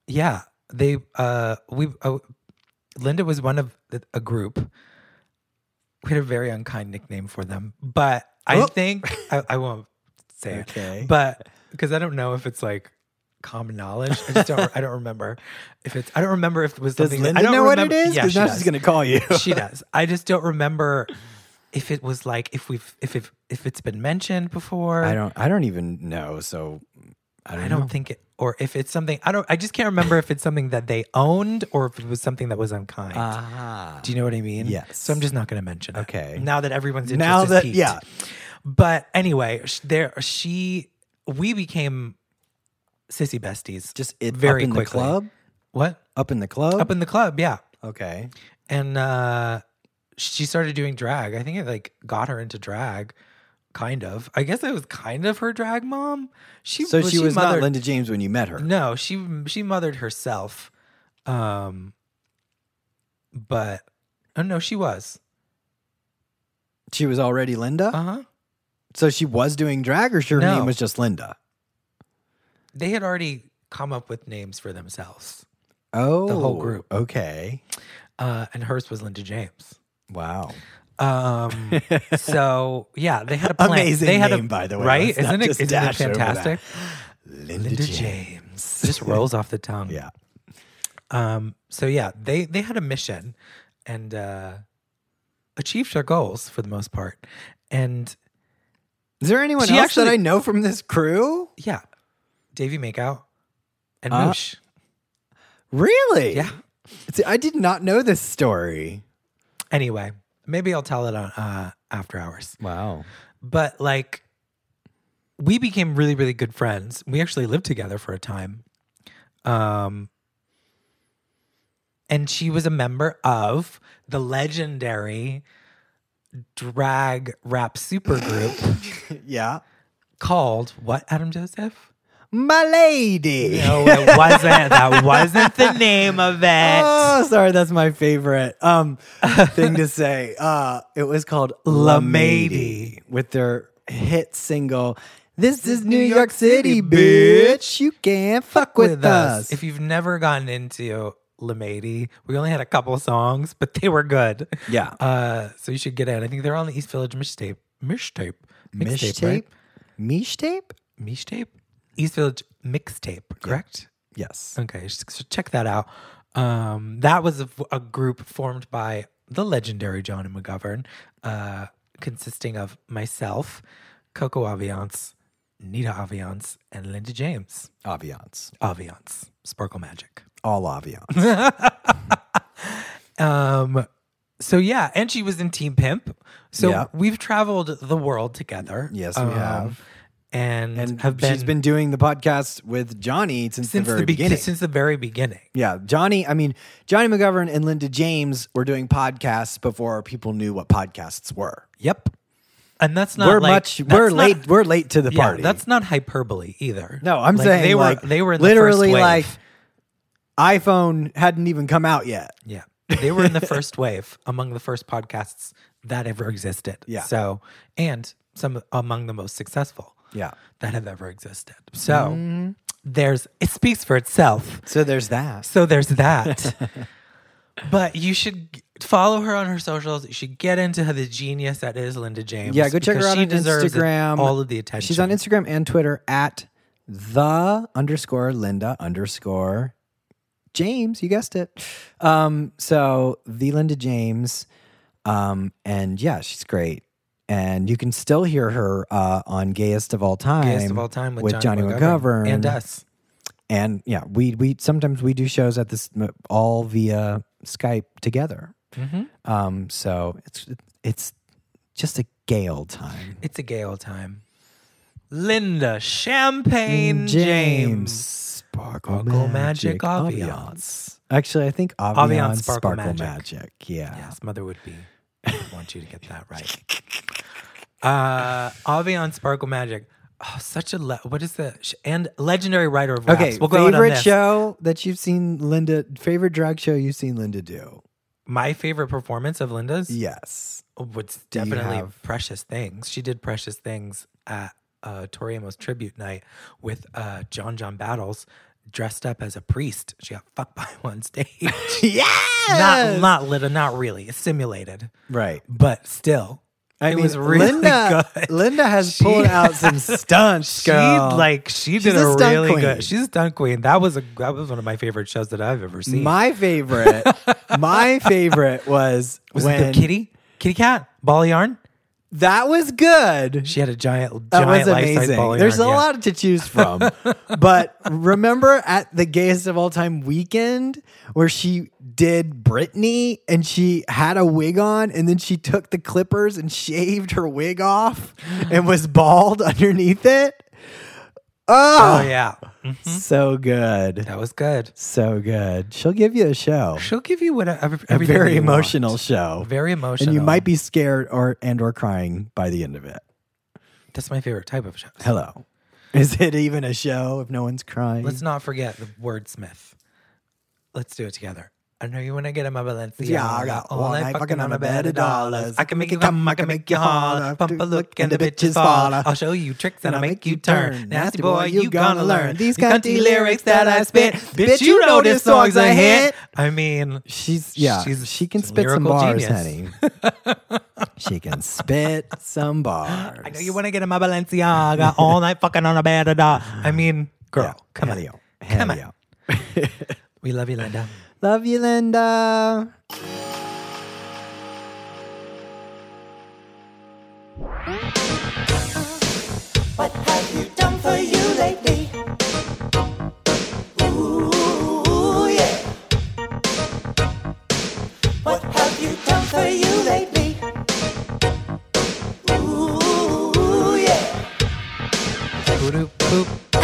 S2: yeah, they uh, we uh, Linda was one of the, a group. We had a very unkind nickname for them, but I
S1: Oh.
S2: think I, I won't say it
S1: okay.
S2: but because I don't know if it's like common knowledge, I just don't. I don't remember if it's. I don't remember if it was
S1: does
S2: something.
S1: Linda
S2: I don't
S1: know what it
S2: remember-
S1: is?
S2: Yeah,
S1: Because
S2: she
S1: now
S2: does.
S1: she's gonna [laughs] call you.
S2: she does. I just don't remember if it was like if we've if if if it's been mentioned before.
S1: I don't. I don't even know. So I don't.
S2: I don't
S1: know.
S2: think it, or if it's something I don't. I just can't remember if it's something that they owned or if it was something that was unkind.
S1: Ah.
S2: Do you know what I mean?
S1: Yes.
S2: So I'm just not going to mention it.
S1: Okay.
S2: Now that everyone's interest
S1: Now
S2: is
S1: that-
S2: piqued.
S1: yeah.
S2: But anyway, sh- there she we became sissy besties.
S1: Just it,
S2: very
S1: up in
S2: quickly.
S1: the club.
S2: What
S1: Up in the club.
S2: up in the club? Yeah.
S1: okay.
S2: And uh, she started doing drag. I think it like got her into drag. Kind of. I guess it was kind of her drag mom. She
S1: So she was
S2: mothered,
S1: not Linda James when you met her.
S2: No, she she mothered herself. Um. But oh no, she was.
S1: She was already Linda.
S2: Uh huh.
S1: so she was doing drag, or she- her
S2: No.
S1: name was just Linda.
S2: they had already come up with names for themselves,
S1: Oh,
S2: whole group.
S1: Okay.
S2: uh, and hers was Linda James.
S1: Wow. [laughs]
S2: Um, so yeah, they had a plan.
S1: Amazing
S2: they had
S1: name,
S2: a,
S1: by the way.
S2: right?
S1: Let's
S2: Isn't
S1: not
S2: it,
S1: just
S2: isn't it
S1: dash over that.
S2: fantastic?
S1: Linda,
S2: Linda
S1: James.
S2: James just rolls off the tongue.
S1: [laughs] Yeah.
S2: Um, so yeah, they they had a mission and uh, achieved their goals for the most part. And
S1: Is there anyone
S2: She
S1: else that
S2: actually-
S1: I know from this crew?
S2: yeah, Davy Makeout and
S1: Uh,
S2: Moosh.
S1: Really?
S2: Yeah.
S1: See, I did not know this story.
S2: Anyway, maybe I'll tell it on uh, after hours.
S1: Wow.
S2: but like we became really really good friends we actually lived together for a time um and she was a member of the legendary drag
S1: [laughs]
S2: rap supergroup
S1: [laughs] Yeah.
S2: called what adam joseph
S1: [laughs] My lady.
S2: no it wasn't that wasn't the name of it
S1: Oh, sorry, that's my favorite [laughs] um thing to say. Uh it was called
S2: La
S1: La
S2: Mady.
S1: Mady with their hit single This is New
S2: York
S1: York City,
S2: City,
S1: bitch. You can't fuck with us.
S2: If you've never gotten into Lamady, we only had a couple songs, but they were good.
S1: Yeah.
S2: Uh, so you should get in. I think they're on the East Village mixtape. Mixtape.
S1: Mish
S2: Mixtape, right?
S1: tape? Mish tape?
S2: Mixtape? East Village mixtape, correct?
S1: Yes.
S2: Okay, sh- so check that out. Um, that was a, a group formed by the legendary Johnny McGovern, uh, consisting of myself, Coco Aviance, Nita Aviance, and Linda James.
S1: Aviance.
S2: Aviance, Sparkle Magic.
S1: All aviance.
S2: Um, so yeah, and she was in Team Pimp. So
S1: Yeah.
S2: we've traveled the world together. Um,
S1: Yes, we have.
S2: and,
S1: and
S2: have been,
S1: she's been doing the podcast with Johnny since,
S2: since
S1: the
S2: the,
S1: very
S2: be-
S1: beginning.
S2: since the very beginning.
S1: Yeah, Johnny. I mean, Johnny McGovern and Linda James were doing podcasts before people knew what podcasts were.
S2: Yep, and that's not
S1: we're
S2: like,
S1: much.
S2: that's
S1: We're
S2: not-
S1: late. We're late to the
S2: yeah,
S1: party.
S2: That's not hyperbole either.
S1: no. I'm
S2: Like,
S1: saying
S2: they were
S1: like,
S2: they were in
S1: literally
S2: the first
S1: like
S2: wave.
S1: iPhone hadn't even come out yet.
S2: Yeah. They were
S1: [laughs]
S2: in the first wave among the first podcasts that ever existed.
S1: Yeah.
S2: So, and some among the most successful
S1: Yeah.
S2: that have ever existed. So,
S1: Mm-hmm.
S2: there's, it speaks for itself.
S1: So there's that.
S2: So there's that. [laughs] but you should g- follow her on her socials. You should get into her, the genius that is Linda James.
S1: Yeah, go check
S2: because
S1: her out
S2: she
S1: on
S2: deserves it-
S1: Instagram.
S2: All of the attention.
S1: She's on Instagram and Twitter at the underscore Linda underscore James. You guessed it. Um, so the Linda James. Um, and yeah, she's great. And you can still hear her uh, on Gayest of All Time.
S2: Gayest of all time with,
S1: Johnny, McGovern.
S2: and us.
S1: And yeah, we we sometimes we do shows at this all via Skype together.
S2: Mhm.
S1: Um, so it's it's just a gay old time.
S2: It's a gay old time. Linda Champagne James.
S1: Sparkle,
S2: Sparkle Magic
S1: Mm, Magic,
S2: Ambiance.
S1: Ambiance. Actually, I think Ambiance,
S2: Ambiance Sparkle
S1: Sparkle,
S2: Magic.
S1: Magic. Yeah.
S2: Yes, mother would be. I want you to get that right. [laughs] Uh, Avion Sparkle Magic. Oh, such a le- what is the sh- and legendary writer of raps.
S1: Okay,
S2: we'll go out on
S1: favorite
S2: this.
S1: show that you've seen Linda, favorite drag show you've seen Linda do?
S2: My favorite performance of Linda's [laughs]
S1: Yes.
S2: was
S1: Do you
S2: definitely
S1: have-
S2: Precious Things. She did Precious Things at uh, Tori Amos tribute night with uh, John John Battles dressed up as a priest. She got fucked [laughs] by one stage.
S1: yes!
S2: not not lit, not really. It's simulated,
S1: right.
S2: but still.
S1: I
S2: It
S1: mean,
S2: was really
S1: Linda,
S2: [laughs] good.
S1: Linda has
S2: She-
S1: pulled out
S2: [laughs]
S1: some stunts,
S2: She
S1: girl.
S2: like she
S1: She's
S2: did
S1: a
S2: a,
S1: stunt
S2: really
S1: queen.
S2: good. She's a stunt queen. That was a that was one of my favorite shows that I've ever seen.
S1: my favorite,
S2: [laughs]
S1: my favorite was,
S2: was
S1: when
S2: it the kitty kitty cat ball of yarn?
S1: that was good.
S2: She had a giant
S1: That was
S2: giant life size
S1: amazing.
S2: ball of
S1: There's
S2: yarn.
S1: a
S2: yeah.
S1: lot to
S2: [laughs]
S1: choose from. but remember at the gayest of all time weekend where she did Britney and she had a wig on and then she took the clippers and shaved her wig off and
S2: [laughs]
S1: was bald underneath it.
S2: Oh
S1: Oh,
S2: yeah,
S1: so good.
S2: that was good.
S1: So good. She'll give you a show.
S2: She'll give you whatever.
S1: A
S2: everything
S1: very
S2: you want.
S1: emotional show.
S2: Very emotional.
S1: and you might be scared or and or crying by the end of it.
S2: That's my favorite type of show.
S1: Hello. Is it even a show if no one's crying?
S2: Let's not forget the wordsmith. Let's do it together. I know you want to get in my Balenciaga.
S1: Yeah, I got all night fucking on a bed of dollars.
S2: I can make you come, I can make you holler. Pump a look and the bitches fall. I'll show you tricks and I'll make you turn. Nasty boy, you gonna learn. These cunty lyrics that I spit. Bitch, you know this song's a hit. I mean,
S1: She's yeah.
S2: She's
S1: she can
S2: a
S1: spit some
S2: lyrical
S1: bars,
S2: genius.
S1: honey.
S2: [laughs]
S1: she can spit some bars.
S2: I know you want to get in my [laughs] Balenciaga all night fucking on a bed of dollars. I mean, girl, come on.
S1: Helio. Come
S2: on. We love you, Linda.
S1: Love you, Linda.
S4: What have you done for you lately? Ooh, yeah. What have you done for you lately? Ooh, yeah.
S2: Boop, boop,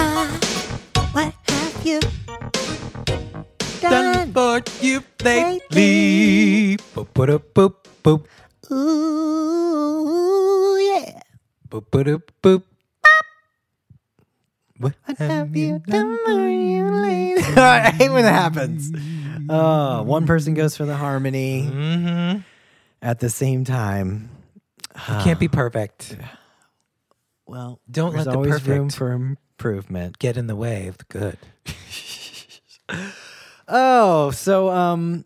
S4: What have you
S2: done for you lately. Boop, boop, boop, boop.
S4: Ooh, yeah.
S2: Boop, boop, boop. What
S1: Have you done for you lately? All right, [laughs] I hate when that happens. Oh, one person goes for the harmony
S2: Mm-hmm.
S1: at the same time.
S2: Can't be perfect.
S1: Well,
S2: Don't
S1: there's
S2: let the
S1: always room
S2: perfect-
S1: for improvement.
S2: Get in the way of the good.
S1: Oh, so um,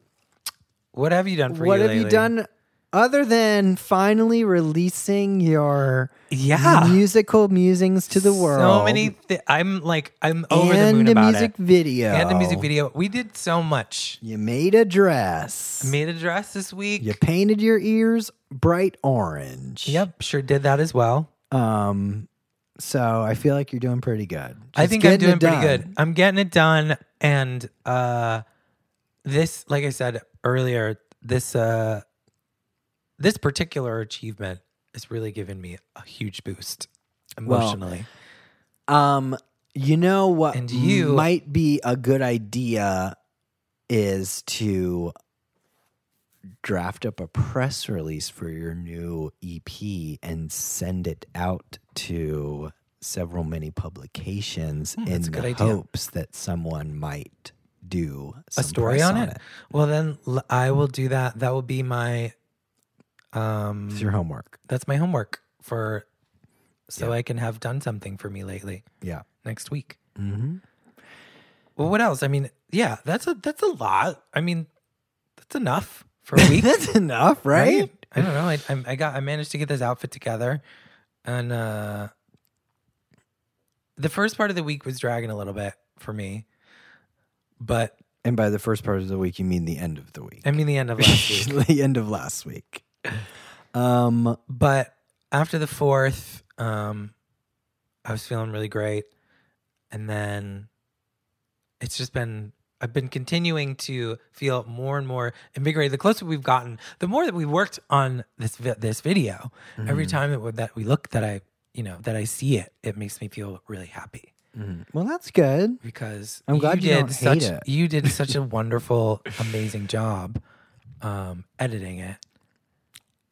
S2: What have you done for
S1: what
S2: you
S1: have you
S2: lately?
S1: done other than finally releasing your
S2: Yeah.
S1: musical musings to the world?
S2: So many. Thi- I'm like I'm over
S1: and
S2: the moon
S1: a
S2: about
S1: music
S2: it.
S1: video.
S2: And a music video. We did so much.
S1: You made a dress.
S2: Made a dress this week.
S1: you painted your ears bright orange.
S2: Yep, sure did that as well.
S1: Um. So I feel like you're doing pretty good.
S2: I
S1: Just
S2: think I'm
S1: getting
S2: doing
S1: it
S2: pretty
S1: done.
S2: good. I'm getting it done. And uh this, like I said earlier, this uh this particular achievement has really given me a huge boost
S1: Well,
S2: emotionally.
S1: Um, you know what
S2: And you-
S1: might be a good idea is to draft up a press release for your new EP and send it out to several many publications in
S2: Hmm, that's a
S1: the
S2: good idea.
S1: hopes that someone might do
S2: a
S1: some
S2: story
S1: press
S2: on it. Well then l- I will do that. That will be my um
S1: It's your homework.
S2: that's my homework for so I can have done something for me lately
S1: Yeah.
S2: next week.
S1: hmm
S2: Mm-hmm.
S1: Mm.
S2: Well, what else? I mean, yeah, that's a that's a lot. I mean, that's enough for
S1: [laughs]
S2: a
S1: [laughs]
S2: week.
S1: That's enough, right?
S2: I don't know. I, I I got I managed to get this outfit together, and uh the first part of the week was dragging a little bit for me, but
S1: And by the first part of the week, you mean the end of the week.
S2: I mean the end
S1: [laughs]
S2: of last week.
S1: the end of last week. Um,
S2: But after the fourth, um, I was feeling really great, and then it's just been. I've been continuing to feel more and more invigorated. The closer we've
S1: Mm-hmm.
S2: gotten, the more that we worked on this vi- this video. Every time that we, that we look that I you know, that I see it, it makes me feel really happy
S1: Well, that's good.
S2: because
S1: I'm glad you don't
S2: such
S1: hate it.
S2: you did
S1: [laughs]
S2: such a wonderful, amazing job um, editing it.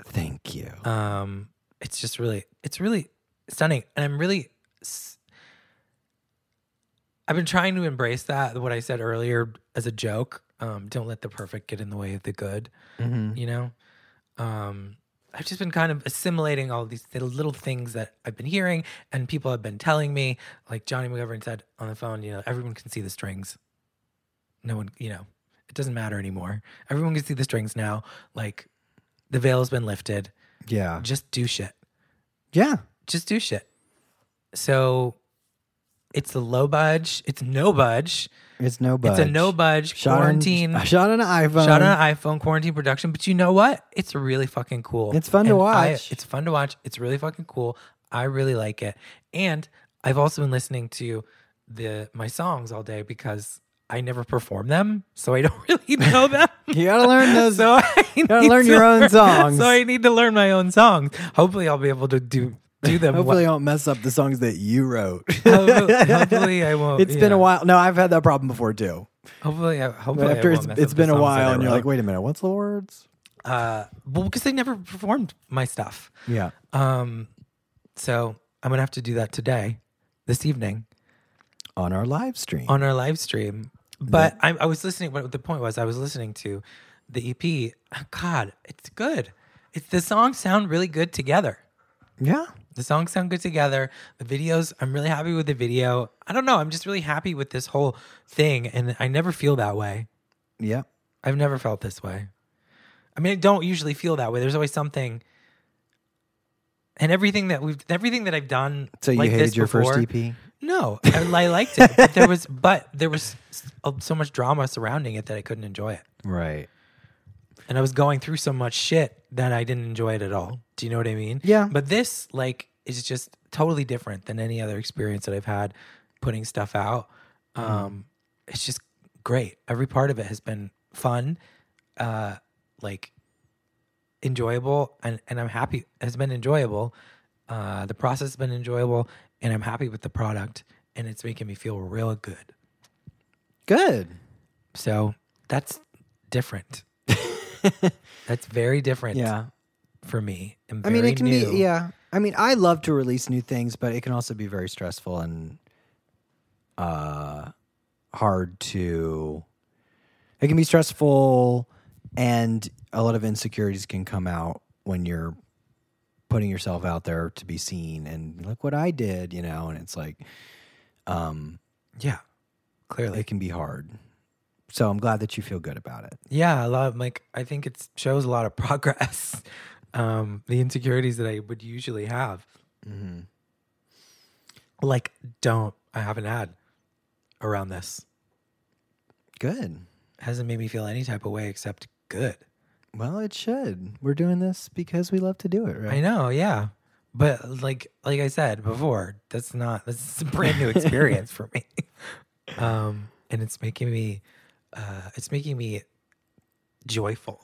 S1: Thank you.
S2: um it's just really it's really stunning and i'm really s- i've been trying to embrace that what i said earlier as a joke um don't let the perfect get in the way of the good you know um i've just been kind of assimilating all these little, little things that i've been hearing and people have been telling me like johnny mcgovern said on the phone you know everyone can see the strings no one you know it doesn't matter anymore everyone can see the strings now like the veil has been lifted
S1: Yeah.
S2: just do shit.
S1: Yeah.
S2: Just do shit. So it's a low budge. It's no budge.
S1: It's no budge.
S2: It's a no budge quarantine.
S1: On, [laughs] shot on an iPhone.
S2: Shot on an iPhone quarantine production, but you know what? It's really fucking cool.
S1: It's fun to
S2: And I-
S1: watch.
S2: it's fun to watch. It's really fucking cool. I really like it. And I've also been listening to the my songs all day because I never perform them, so I [laughs] don't really know them.
S1: You gotta
S2: [laughs]
S1: learn those.
S2: So
S1: [laughs]
S2: I
S1: Gotta
S2: need
S1: learn
S2: to
S1: your own
S2: learn- [laughs]
S1: songs.
S2: So I need to learn my own songs. Hopefully, I'll be able to do do
S1: [laughs]
S2: them.
S1: Hopefully, I
S2: well.
S1: don't mess up the songs that you
S2: [laughs]
S1: wrote. [laughs]
S2: Hopefully- hopefully I won't,
S1: It's been a
S2: yeah.
S1: while. No, I've had that problem before too.
S2: hopefully, I, hopefully
S1: But
S2: I
S1: after
S2: won't
S1: it's
S2: mess
S1: it's
S2: up the
S1: been a
S2: songs that I
S1: while, and you're
S2: wrote.
S1: like, wait a minute, what's the words?
S2: uh, well, because they never performed my stuff.
S1: Yeah.
S2: Um, so I'm gonna have to do that today, this evening
S1: On our live stream.
S2: on our live stream. But I, I was listening. What the point was, I was listening to the EP. God, it's good. It's the songs sound really good together.
S1: yeah.
S2: The songs sound good together. The videos, I'm really happy with the video. I don't know. I'm just really happy with this whole thing, and I never feel that way.
S1: Yeah.
S2: I've never felt this way. I mean, I don't usually feel that way. There's always something, and everything that we've, everything that I've done.
S1: So you
S2: like
S1: hated
S2: this
S1: your
S2: before,
S1: first E EP?
S2: No, I, I liked it. But there was, but there was s- uh, so much drama surrounding it that I couldn't enjoy it,
S1: Right.
S2: and I was going through so much shit that I didn't enjoy it at all. Do you know what I mean?
S1: Yeah.
S2: But this, like, is just totally different than any other experience that I've had putting stuff out. Um, It's just great. Every part of it has been fun. Uh, like enjoyable and, and I'm happy has been enjoyable. Uh, the process has been enjoyable and I'm happy with the product and it's making me feel real good.
S1: Good.
S2: So that's
S1: [laughs]
S2: different. that's very different
S1: Yeah.
S2: for me. And
S1: I mean,
S2: very
S1: it can
S2: new.
S1: be. Yeah. I mean, I love to release new things, but it can also be very stressful and uh, hard to. It can be stressful, and a lot of insecurities can come out when you're putting yourself out there to be seen and look what I did, you know. And it's like um,
S2: Yeah. Clearly.
S1: it can be hard. So I'm glad that you feel good about it.
S2: Yeah, a lot of like I think it shows a lot of [laughs] progress. Um, the insecurities that I would usually have,
S1: Mm-hmm.
S2: like don't I haven't had around this
S1: Good.
S2: hasn't made me feel any type of way except good.
S1: Well, it should. We're doing this because we love to do it, right?
S2: I know, yeah, but like like I said before, that's not that's a brand new experience for me, [laughs] um, and it's making me uh, it's making me joyful,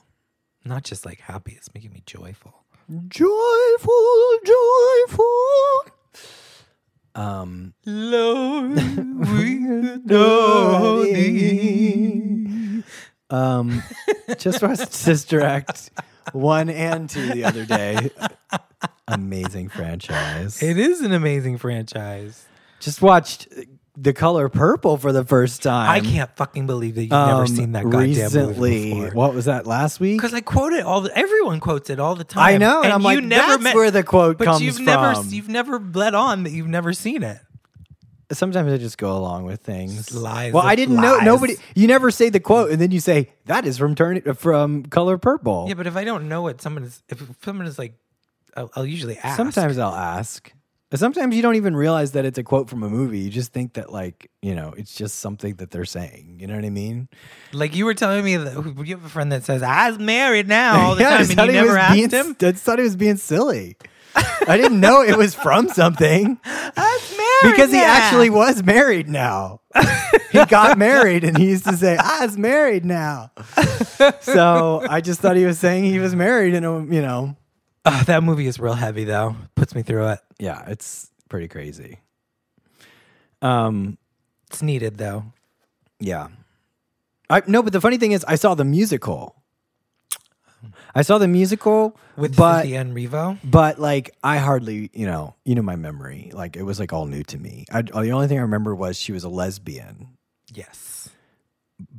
S2: not just like happy. It's making me joyful.
S1: joyful, joyful. Um,
S2: Lord,
S1: [laughs]
S2: we
S1: adore thee. um, just for us to distract one and two the other day. Amazing franchise.
S2: It is an amazing franchise.
S1: just watched The Color Purple for the first time.
S2: I can't fucking believe that you've never
S1: um,
S2: seen that goddamn
S1: recently.
S2: movie before.
S1: What was that last week?
S2: Because I quote it all. The, everyone quotes it all the time.
S1: I know, and I'm like, that's where the quote
S2: but
S1: comes
S2: you've Never,
S1: from.
S2: you've never let on that you've never seen it.
S1: Sometimes I just go along with things.
S2: Lies
S1: Well, I
S2: of
S1: didn't know
S2: lies.
S1: nobody. You never say the quote, and then you say that is from Turn from Color Purple.
S2: Yeah, but if I don't know what someone is, if someone is like, I'll, I'll usually ask.
S1: Sometimes I'll ask. Sometimes you don't even realize that it's a quote from a movie. You just think that, like, you know, it's just something that they're saying. You know what I mean?
S2: like you were telling me that you have a friend that says, "I was married now all the
S1: [laughs] Yeah, I
S2: time,"
S1: thought
S2: and
S1: he
S2: you
S1: was
S2: never asked
S1: being-
S2: him.
S1: I just thought he was being silly. I didn't know it was from something
S2: [laughs]
S1: [laughs]
S2: I was married
S1: because he
S2: now."
S1: actually was married now. he got married and he used to say, I was [laughs] married now. so I just thought he was saying he was married and, you know,
S2: Ugh, that movie is real heavy though. Puts me through it.
S1: Yeah, it's pretty crazy. Um,
S2: It's needed though.
S1: Yeah. I no, but the funny thing is I saw the musical. I saw the musical
S2: With
S1: but
S2: Cynthia and Revo.
S1: but like I hardly, you know, you know my memory. Like it was like all new to me. I, the only thing I remember was she was a lesbian,
S2: Yes.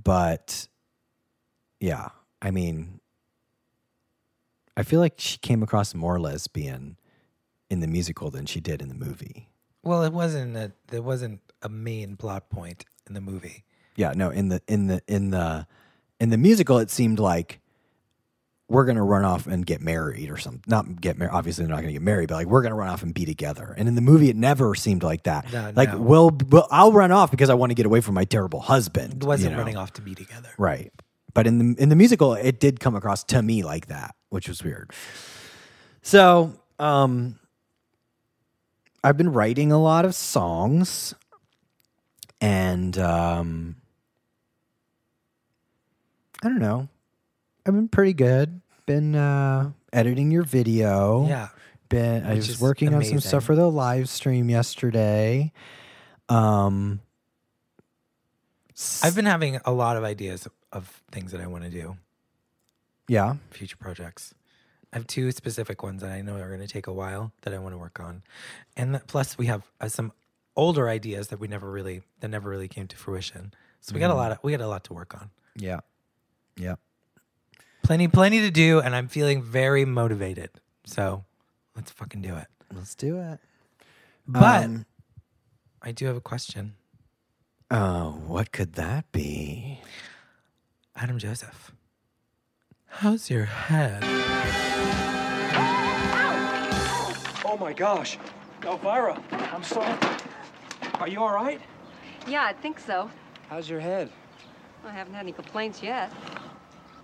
S1: but yeah, I mean I feel like she came across more lesbian in the musical than she did in the movie.
S2: Well, it wasn't a there wasn't a main plot point in the movie.
S1: yeah no in the in the in the in the musical it seemed like we're gonna run off and get married or something not get married obviously they're not gonna get married but like we're gonna run off and be together and in the movie it never seemed like that
S2: No,
S1: like
S2: no.
S1: we'll, we'll i'll run off because i want to get away from my terrible husband
S2: It wasn't
S1: you know?
S2: running off to be together.
S1: right but in the in the musical it did come across to me like that which was weird so um i've been writing a lot of songs and um i don't know i've been pretty good been uh editing your video
S2: Yeah.
S1: been i
S2: Which
S1: was
S2: is
S1: working on some
S2: amazing.
S1: stuff for the live stream yesterday um
S2: I've been having a lot of ideas of things that I want to do,
S1: yeah
S2: future projects. I have two specific ones that I know are going to take a while that I want to work on, and that, plus we have uh, some older ideas that we never really that never really came to fruition. So
S1: Mm.
S2: we got a lot of we got a lot to work on.
S1: yeah yeah
S2: Plenty, plenty to do, and I'm feeling very motivated. So let's fucking do it.
S1: Let's do it.
S2: But
S1: Um,
S2: I do have a question,
S1: Oh, what could that be?
S2: Adam Joseph. How's your head?
S5: Oh my gosh. Elvira, I'm sorry. Are you all right?
S6: Yeah, I think so.
S5: How's your head?
S6: I haven't had any complaints yet.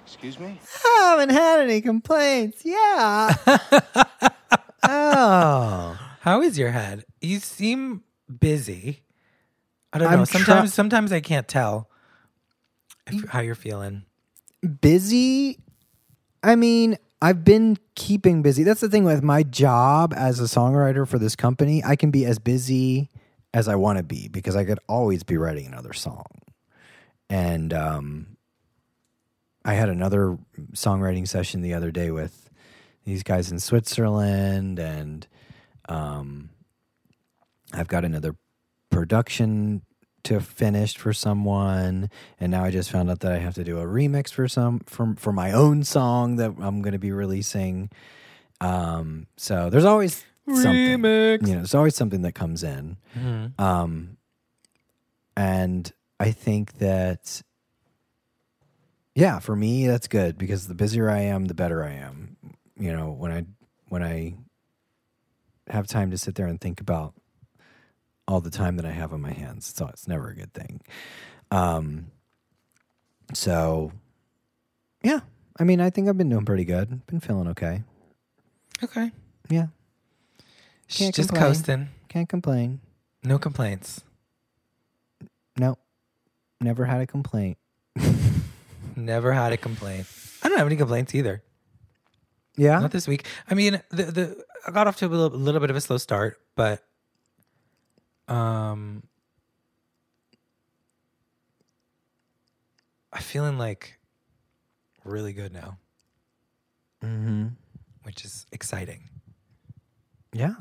S5: Excuse me?
S1: I haven't had any complaints. Yeah. [laughs] oh.
S2: How is your head? You seem busy. I don't
S1: I'm
S2: know. Sometimes,
S1: try-
S2: sometimes I can't tell if, how you're feeling.
S1: Busy. I mean, I've been keeping busy. That's the thing with my job as a songwriter for this company. I can be as busy as I want to be because I could always be writing another song. And um, I had another songwriting session the other day with these guys in Switzerland, and um, I've got another production to finish for someone, and now I just found out that I have to do a remix for some from for my own song that I'm going to be releasing. Um, so there's always something,
S2: Remix.
S1: you know, there's always something that comes in. Um, and I think that, yeah, for me, that's good because the busier I am, the better I am. You know, when I, when I have time to sit there and think about all the time that I have on my hands, so it's never a good thing. Um, so yeah, I mean, I think I've been doing pretty good. Been feeling okay.
S2: Okay.
S1: Yeah.
S2: She's
S1: Can't
S2: just
S1: complain.
S2: coasting.
S1: Can't complain.
S2: No complaints.
S1: No, never had a complaint.
S2: Never had a complaint. I don't have any complaints either.
S1: Yeah.
S2: Not this week. I mean, the the I got off to a little, little bit of a slow start, but um, I'm feeling like really good now,
S1: mm-hmm.
S2: which is exciting.
S1: Yeah.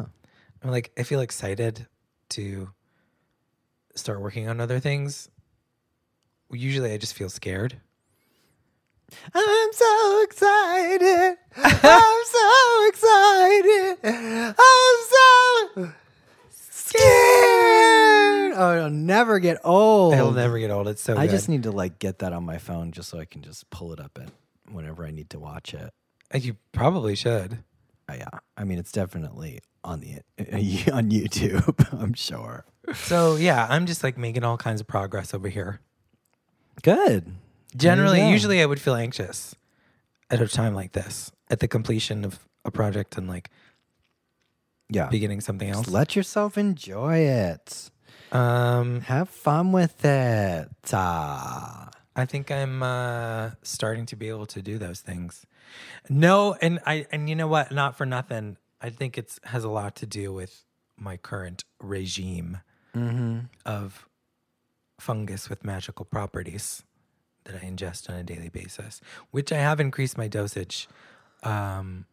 S2: I'm like I feel excited to start working on other things. Usually, I just feel scared.
S1: I'm so excited. I'm so excited. I'm so scared. Oh, it'll never get old.
S2: It'll never get old. It's so.
S1: I
S2: good.
S1: just need to like get that on my phone just so I can just pull it up at whenever I need to watch it.
S2: Uh, You probably should.
S1: Uh, yeah. I mean, it's definitely on the [laughs] on YouTube, [laughs] I'm sure.
S2: So yeah, I'm just like making all kinds of progress over here.
S1: Good.
S2: Generally,
S1: go.
S2: usually I would feel anxious at a time like this, at the completion of a project and like
S1: Yeah.
S2: beginning something
S1: Just
S2: else.
S1: let yourself enjoy it.
S2: Um,
S1: Have fun with it. Ah.
S2: I think I'm uh, starting to be able to do those things. No, and I and you know what? Not for nothing. I think it's has a lot to do with my current regime of fungus with magical properties that I ingest on a daily basis, which I have increased my dosage um,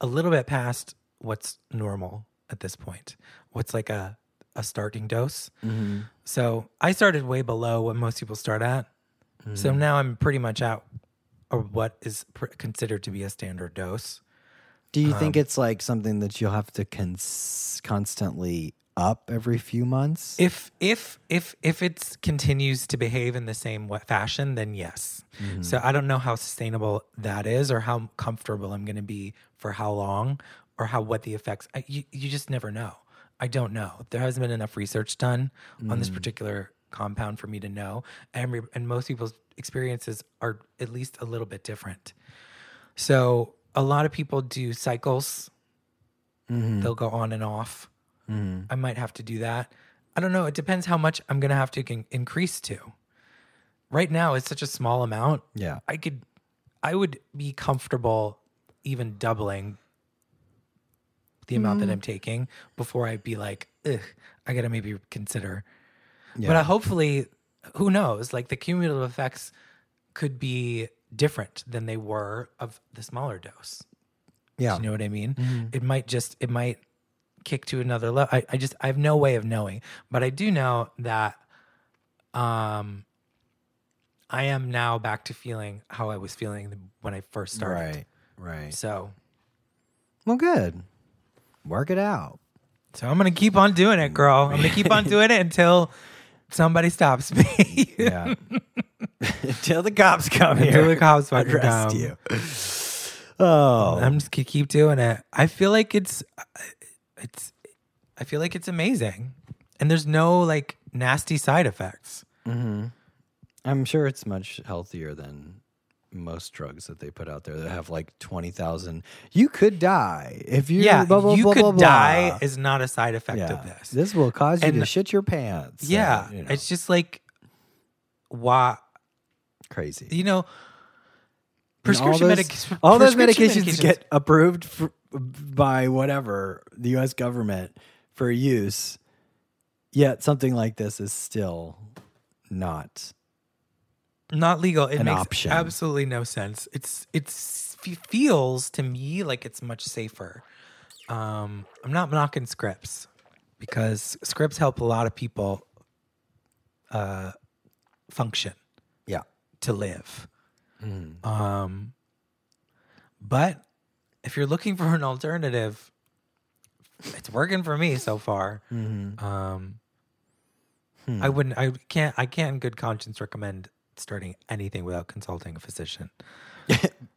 S2: a little bit past what's normal at this point. What's like a a starting dose. So I started way below what most people start at. So now I'm pretty much at or what is pr- considered to be a standard dose.
S1: Do you think it's like something that you'll have to cons- constantly up every few months?
S2: If if if if it continues to behave in the same wa- fashion, then yes. So I don't know how sustainable that is, or how comfortable I'm going to be for how long, or how what the effects. I, you you just never know. I don't know. There hasn't been enough research done on this particular compound for me to know, and re- and most people's experiences are at least a little bit different. So a lot of people do cycles. They'll go on and off. I might have to do that. I don't know. It depends how much I'm going to have to con- increase to. Right now, it's such a small amount.
S1: yeah.
S2: I could, I would be comfortable even doubling the amount that I'm taking before I'd be like, ugh, I got to maybe consider. But I, hopefully, who knows? Like the cumulative effects could be different than they were of the smaller dose.
S1: Yeah. Mm-hmm.
S2: Do you know what I mean? It might just it might kick to another level. I, I just I have no way of knowing, but I do know that um I am now back to feeling how I was feeling when I first started.
S1: Right. Right.
S2: So
S1: Well, good. Work it out.
S2: so I'm gonna keep on doing it, girl. I'm gonna
S1: [laughs]
S2: keep on doing it until somebody stops me.
S1: Yeah. [laughs] Until the cops come
S2: [laughs] until the
S1: here.
S2: cops fucking
S1: Arrest you.
S2: come.
S1: Oh. [laughs]
S2: I'm just gonna keep doing it. I feel like it's, uh, it's, I feel like it's amazing, and there's no like nasty side effects.
S1: I'm sure it's much healthier than most drugs that they put out there that have like 20,000. You could die if you
S2: yeah,
S1: blah, blah,
S2: you
S1: blah,
S2: could
S1: blah, blah.
S2: die is not a side effect
S1: yeah.
S2: of this.
S1: This will cause you to
S2: And-
S1: shit your pants.
S2: yeah,
S1: And, you know,
S2: it's just like, why?
S1: crazy.
S2: You know,
S1: And all
S2: prescription
S1: those-
S2: medications.
S1: [laughs] All those medications, get approved for, by whatever the U.S. government for use. Yet something like this is still not.
S2: not legal. It
S1: an
S2: makes
S1: option.
S2: absolutely no sense. It's it's f- feels to me like it's much safer. Um, I'm not knocking scripts because scripts help a lot of people uh, function
S1: Yeah.
S2: to live.
S1: Mm.
S2: Um, but if you're looking for an alternative, it's working for me so far.
S1: Mm-hmm.
S2: Um,
S1: Hmm.
S2: I wouldn't. I can't. I can't, in good conscience, recommend starting anything without consulting a physician.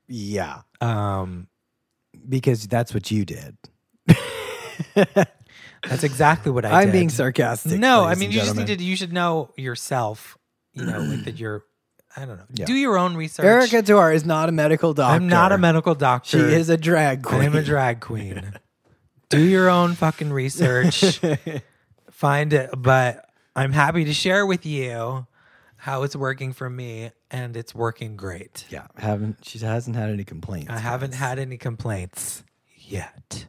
S1: Yeah.
S2: Um,
S1: Because that's what you did.
S2: that's exactly what I.
S1: I'm
S2: did.
S1: being sarcastic.
S2: No, I
S1: ladies
S2: mean
S1: and
S2: you just
S1: gentlemen.
S2: need to. You should know yourself. You know,
S1: [clears throat]
S2: like that you're. I don't know.
S1: Yeah.
S2: Do your own research.
S1: Erica Tour is not a medical doctor.
S2: I'm not a medical
S1: She
S2: doctor.
S1: is a drag queen.
S2: I'm a drag queen. Do your own
S1: [laughs]
S2: fucking research. Find it. But I'm happy to share with you how it's working for me, and it's working great.
S1: Yeah, haven't she hasn't had any complaints.
S2: I haven't had any complaints yet.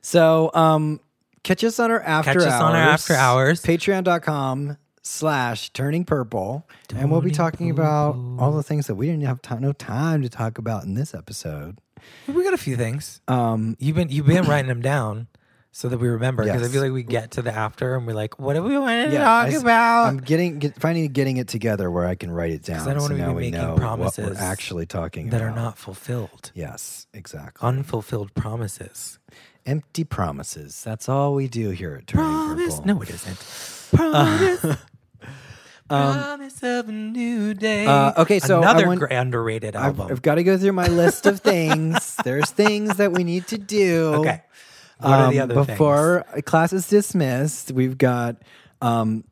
S1: So, um, catch us on our after
S2: Catch
S1: hours.
S2: us on our after hours.
S1: Patreon.com slash turning purple. and we'll be talking about all the things that we didn't have ti- no time to talk about in this episode.
S2: We got a few things. Um, you've been you've been writing them down so that we remember because
S1: Yes.
S2: I feel like we get to the after and we're like, what do we want to
S1: I
S2: talk
S1: s-
S2: about?
S1: I'm getting get, finally getting it together where I can write it down.
S2: I don't
S1: so
S2: wanna be
S1: now we
S2: making
S1: know what
S2: promises
S1: we're actually talking
S2: that
S1: about.
S2: are not fulfilled.
S1: Yes, exactly.
S2: Unfulfilled promises.
S1: Empty promises. That's all we do here at Turning
S2: Promise.
S1: Purple.
S2: No, it isn't.
S1: [laughs]
S2: Promise.
S1: Um,
S2: Promise of a new day.
S1: Uh, okay, so I
S2: another
S1: want-
S2: gra- underrated
S1: I've,
S2: album.
S1: I've got to go through my list of things. There's things that we need to do.
S2: [laughs] okay. What are the
S1: Um,
S2: other things?
S1: before class is dismissed, we've got um,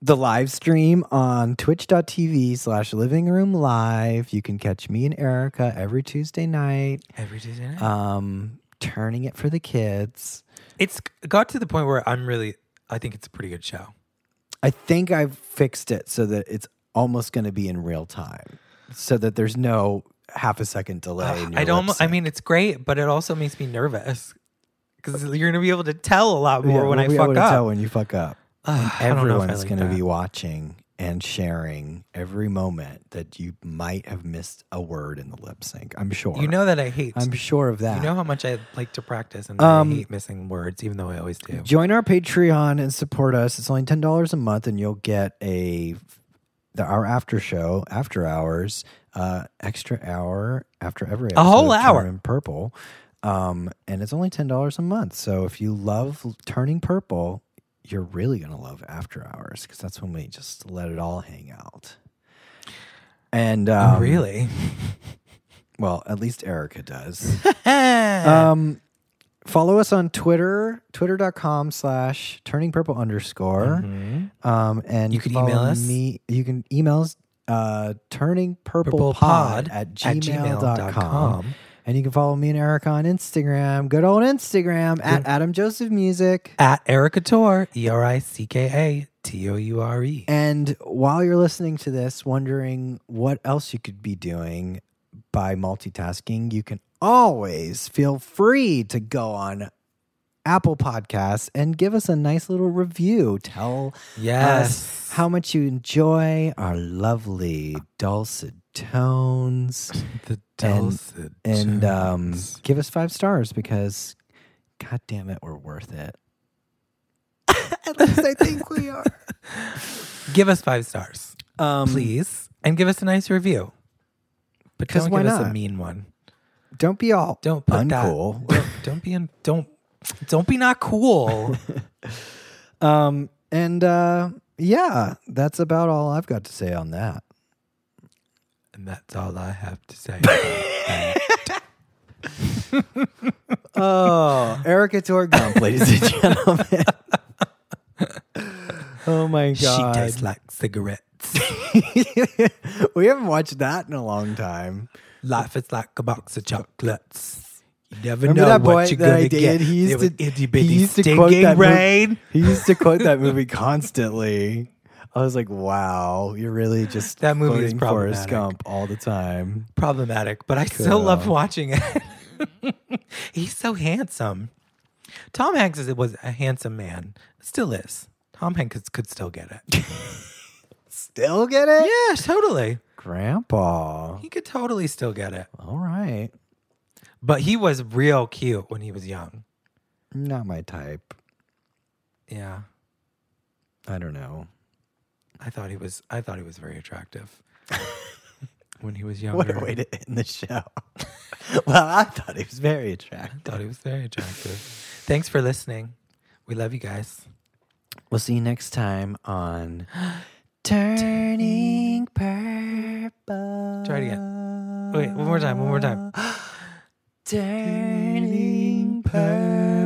S1: the live stream on twitch.tv slash living room live. You can catch me and Erica every Tuesday night,
S2: Every Tuesday night.
S1: um, turning it for the kids.
S2: it's got to the point where I'm really. I think it's a pretty good show.
S1: I think I've fixed it so that it's almost going to be in real time so that there's no half a second delay. in your
S2: I don't.
S1: lip
S2: I
S1: sync.
S2: mean, it's great, but it also makes me nervous because you're gonna be able to tell a lot more
S1: Yeah,
S2: when
S1: we'll
S2: I
S1: be
S2: fuck
S1: able
S2: up.
S1: To tell when you fuck up.
S2: Ugh, [sighs] I don't know if I
S1: Everyone's
S2: like
S1: going to
S2: that.
S1: be watching and sharing every moment that you might have missed a word in the lip sync. I'm sure.
S2: You know that I hate.
S1: I'm sure of that.
S2: you know how much I like to practice, and
S1: Um,
S2: I hate missing words, even though I always do.
S1: Join our Patreon and support us. It's only ten dollars a month, and you'll get a the our after show, after hours, uh, extra hour after every episode
S2: whole
S1: of
S2: hour.
S1: Turning Purple, um, and it's only ten dollars a month. So if you love Turning Purple, you're really gonna love After Hours because that's when we just let it all hang out. And um,
S2: Oh, really?
S1: well, at least Erica does.
S2: Eh.
S1: [laughs] Um, follow us on Twitter, twitter.com slash turning purple underscore. Um, and
S2: Mm-hmm. You can
S1: follow
S2: email us.
S1: Me, you can email us uh, turning purple pod
S2: Purplepod
S1: at
S2: at
S1: gmail.com.
S2: gmail.com.
S1: And you can follow me and Eric on Instagram. Good old Instagram at Adam Joseph Music.
S2: At Erica Tor, E R I C K A T O U R E.
S1: And while you're listening to this, wondering what else you could be doing by multitasking, you can always feel free to go on Apple Podcasts and give us a nice little review. Tell us
S2: Yes.
S1: how much you enjoy our lovely dulcet tones
S2: the dulcet
S1: and um,
S2: tones.
S1: give us five stars because, god damn it, we're worth it. [laughs] At least I think we are.
S2: give us five stars,
S1: [laughs] Um,
S2: please, and give us a nice review. But
S1: 'Cause
S2: don't
S1: why
S2: give us a
S1: not?
S2: mean one.
S1: Don't be all
S2: Don't put that-
S1: uncool.
S2: [laughs] Don't, don't be in, don't don't be
S1: [laughs]
S2: not cool.
S1: Um, and uh, yeah, that's about all I've got to say on that.
S2: and that's all I have to say. about that.
S1: Oh, [laughs] Erica Torgump, ladies and gentlemen. [laughs] oh my
S2: she
S1: god,
S2: tastes like cigarettes.
S1: [laughs] we haven't watched that in a long time.
S2: Life is like a box of chocolates. You never
S1: Remember
S2: know
S1: that
S2: what
S1: boy
S2: you're
S1: that I
S2: gonna
S1: dated?
S2: get.
S1: He used
S2: There
S1: to-
S2: was itty
S1: he
S2: bitty
S1: used to quote
S2: stinging
S1: that mo-
S2: rain.
S1: He used to quote that [laughs] movie constantly. I was like, wow, you're really just
S2: That movie is
S1: quoting Forrest
S2: problematic.
S1: Gump all the time.
S2: Problematic, but I still loved watching it. [laughs] He's so handsome. Tom Hanks is, was a handsome man. Still is. Tom Hanks could still get
S1: [laughs]
S2: it.
S1: Still get it,
S2: yeah, totally.
S1: Grandpa.
S2: He could totally still get it.
S1: All right,
S2: But he was real cute when he was young.
S1: not my type.
S2: Yeah.
S1: I don't know.
S2: I thought he was I thought he was very attractive
S1: [laughs]
S2: when he was younger.
S1: What a way to end the show. [laughs] well, I thought he was very
S2: I
S1: attractive.
S2: thought he was very attractive. Thanks for listening. We love you guys.
S1: We'll see you next time on [gasps] Turning Purple.
S2: Try it again. Wait, one more time, one more time.
S1: Turning [laughs] Purple.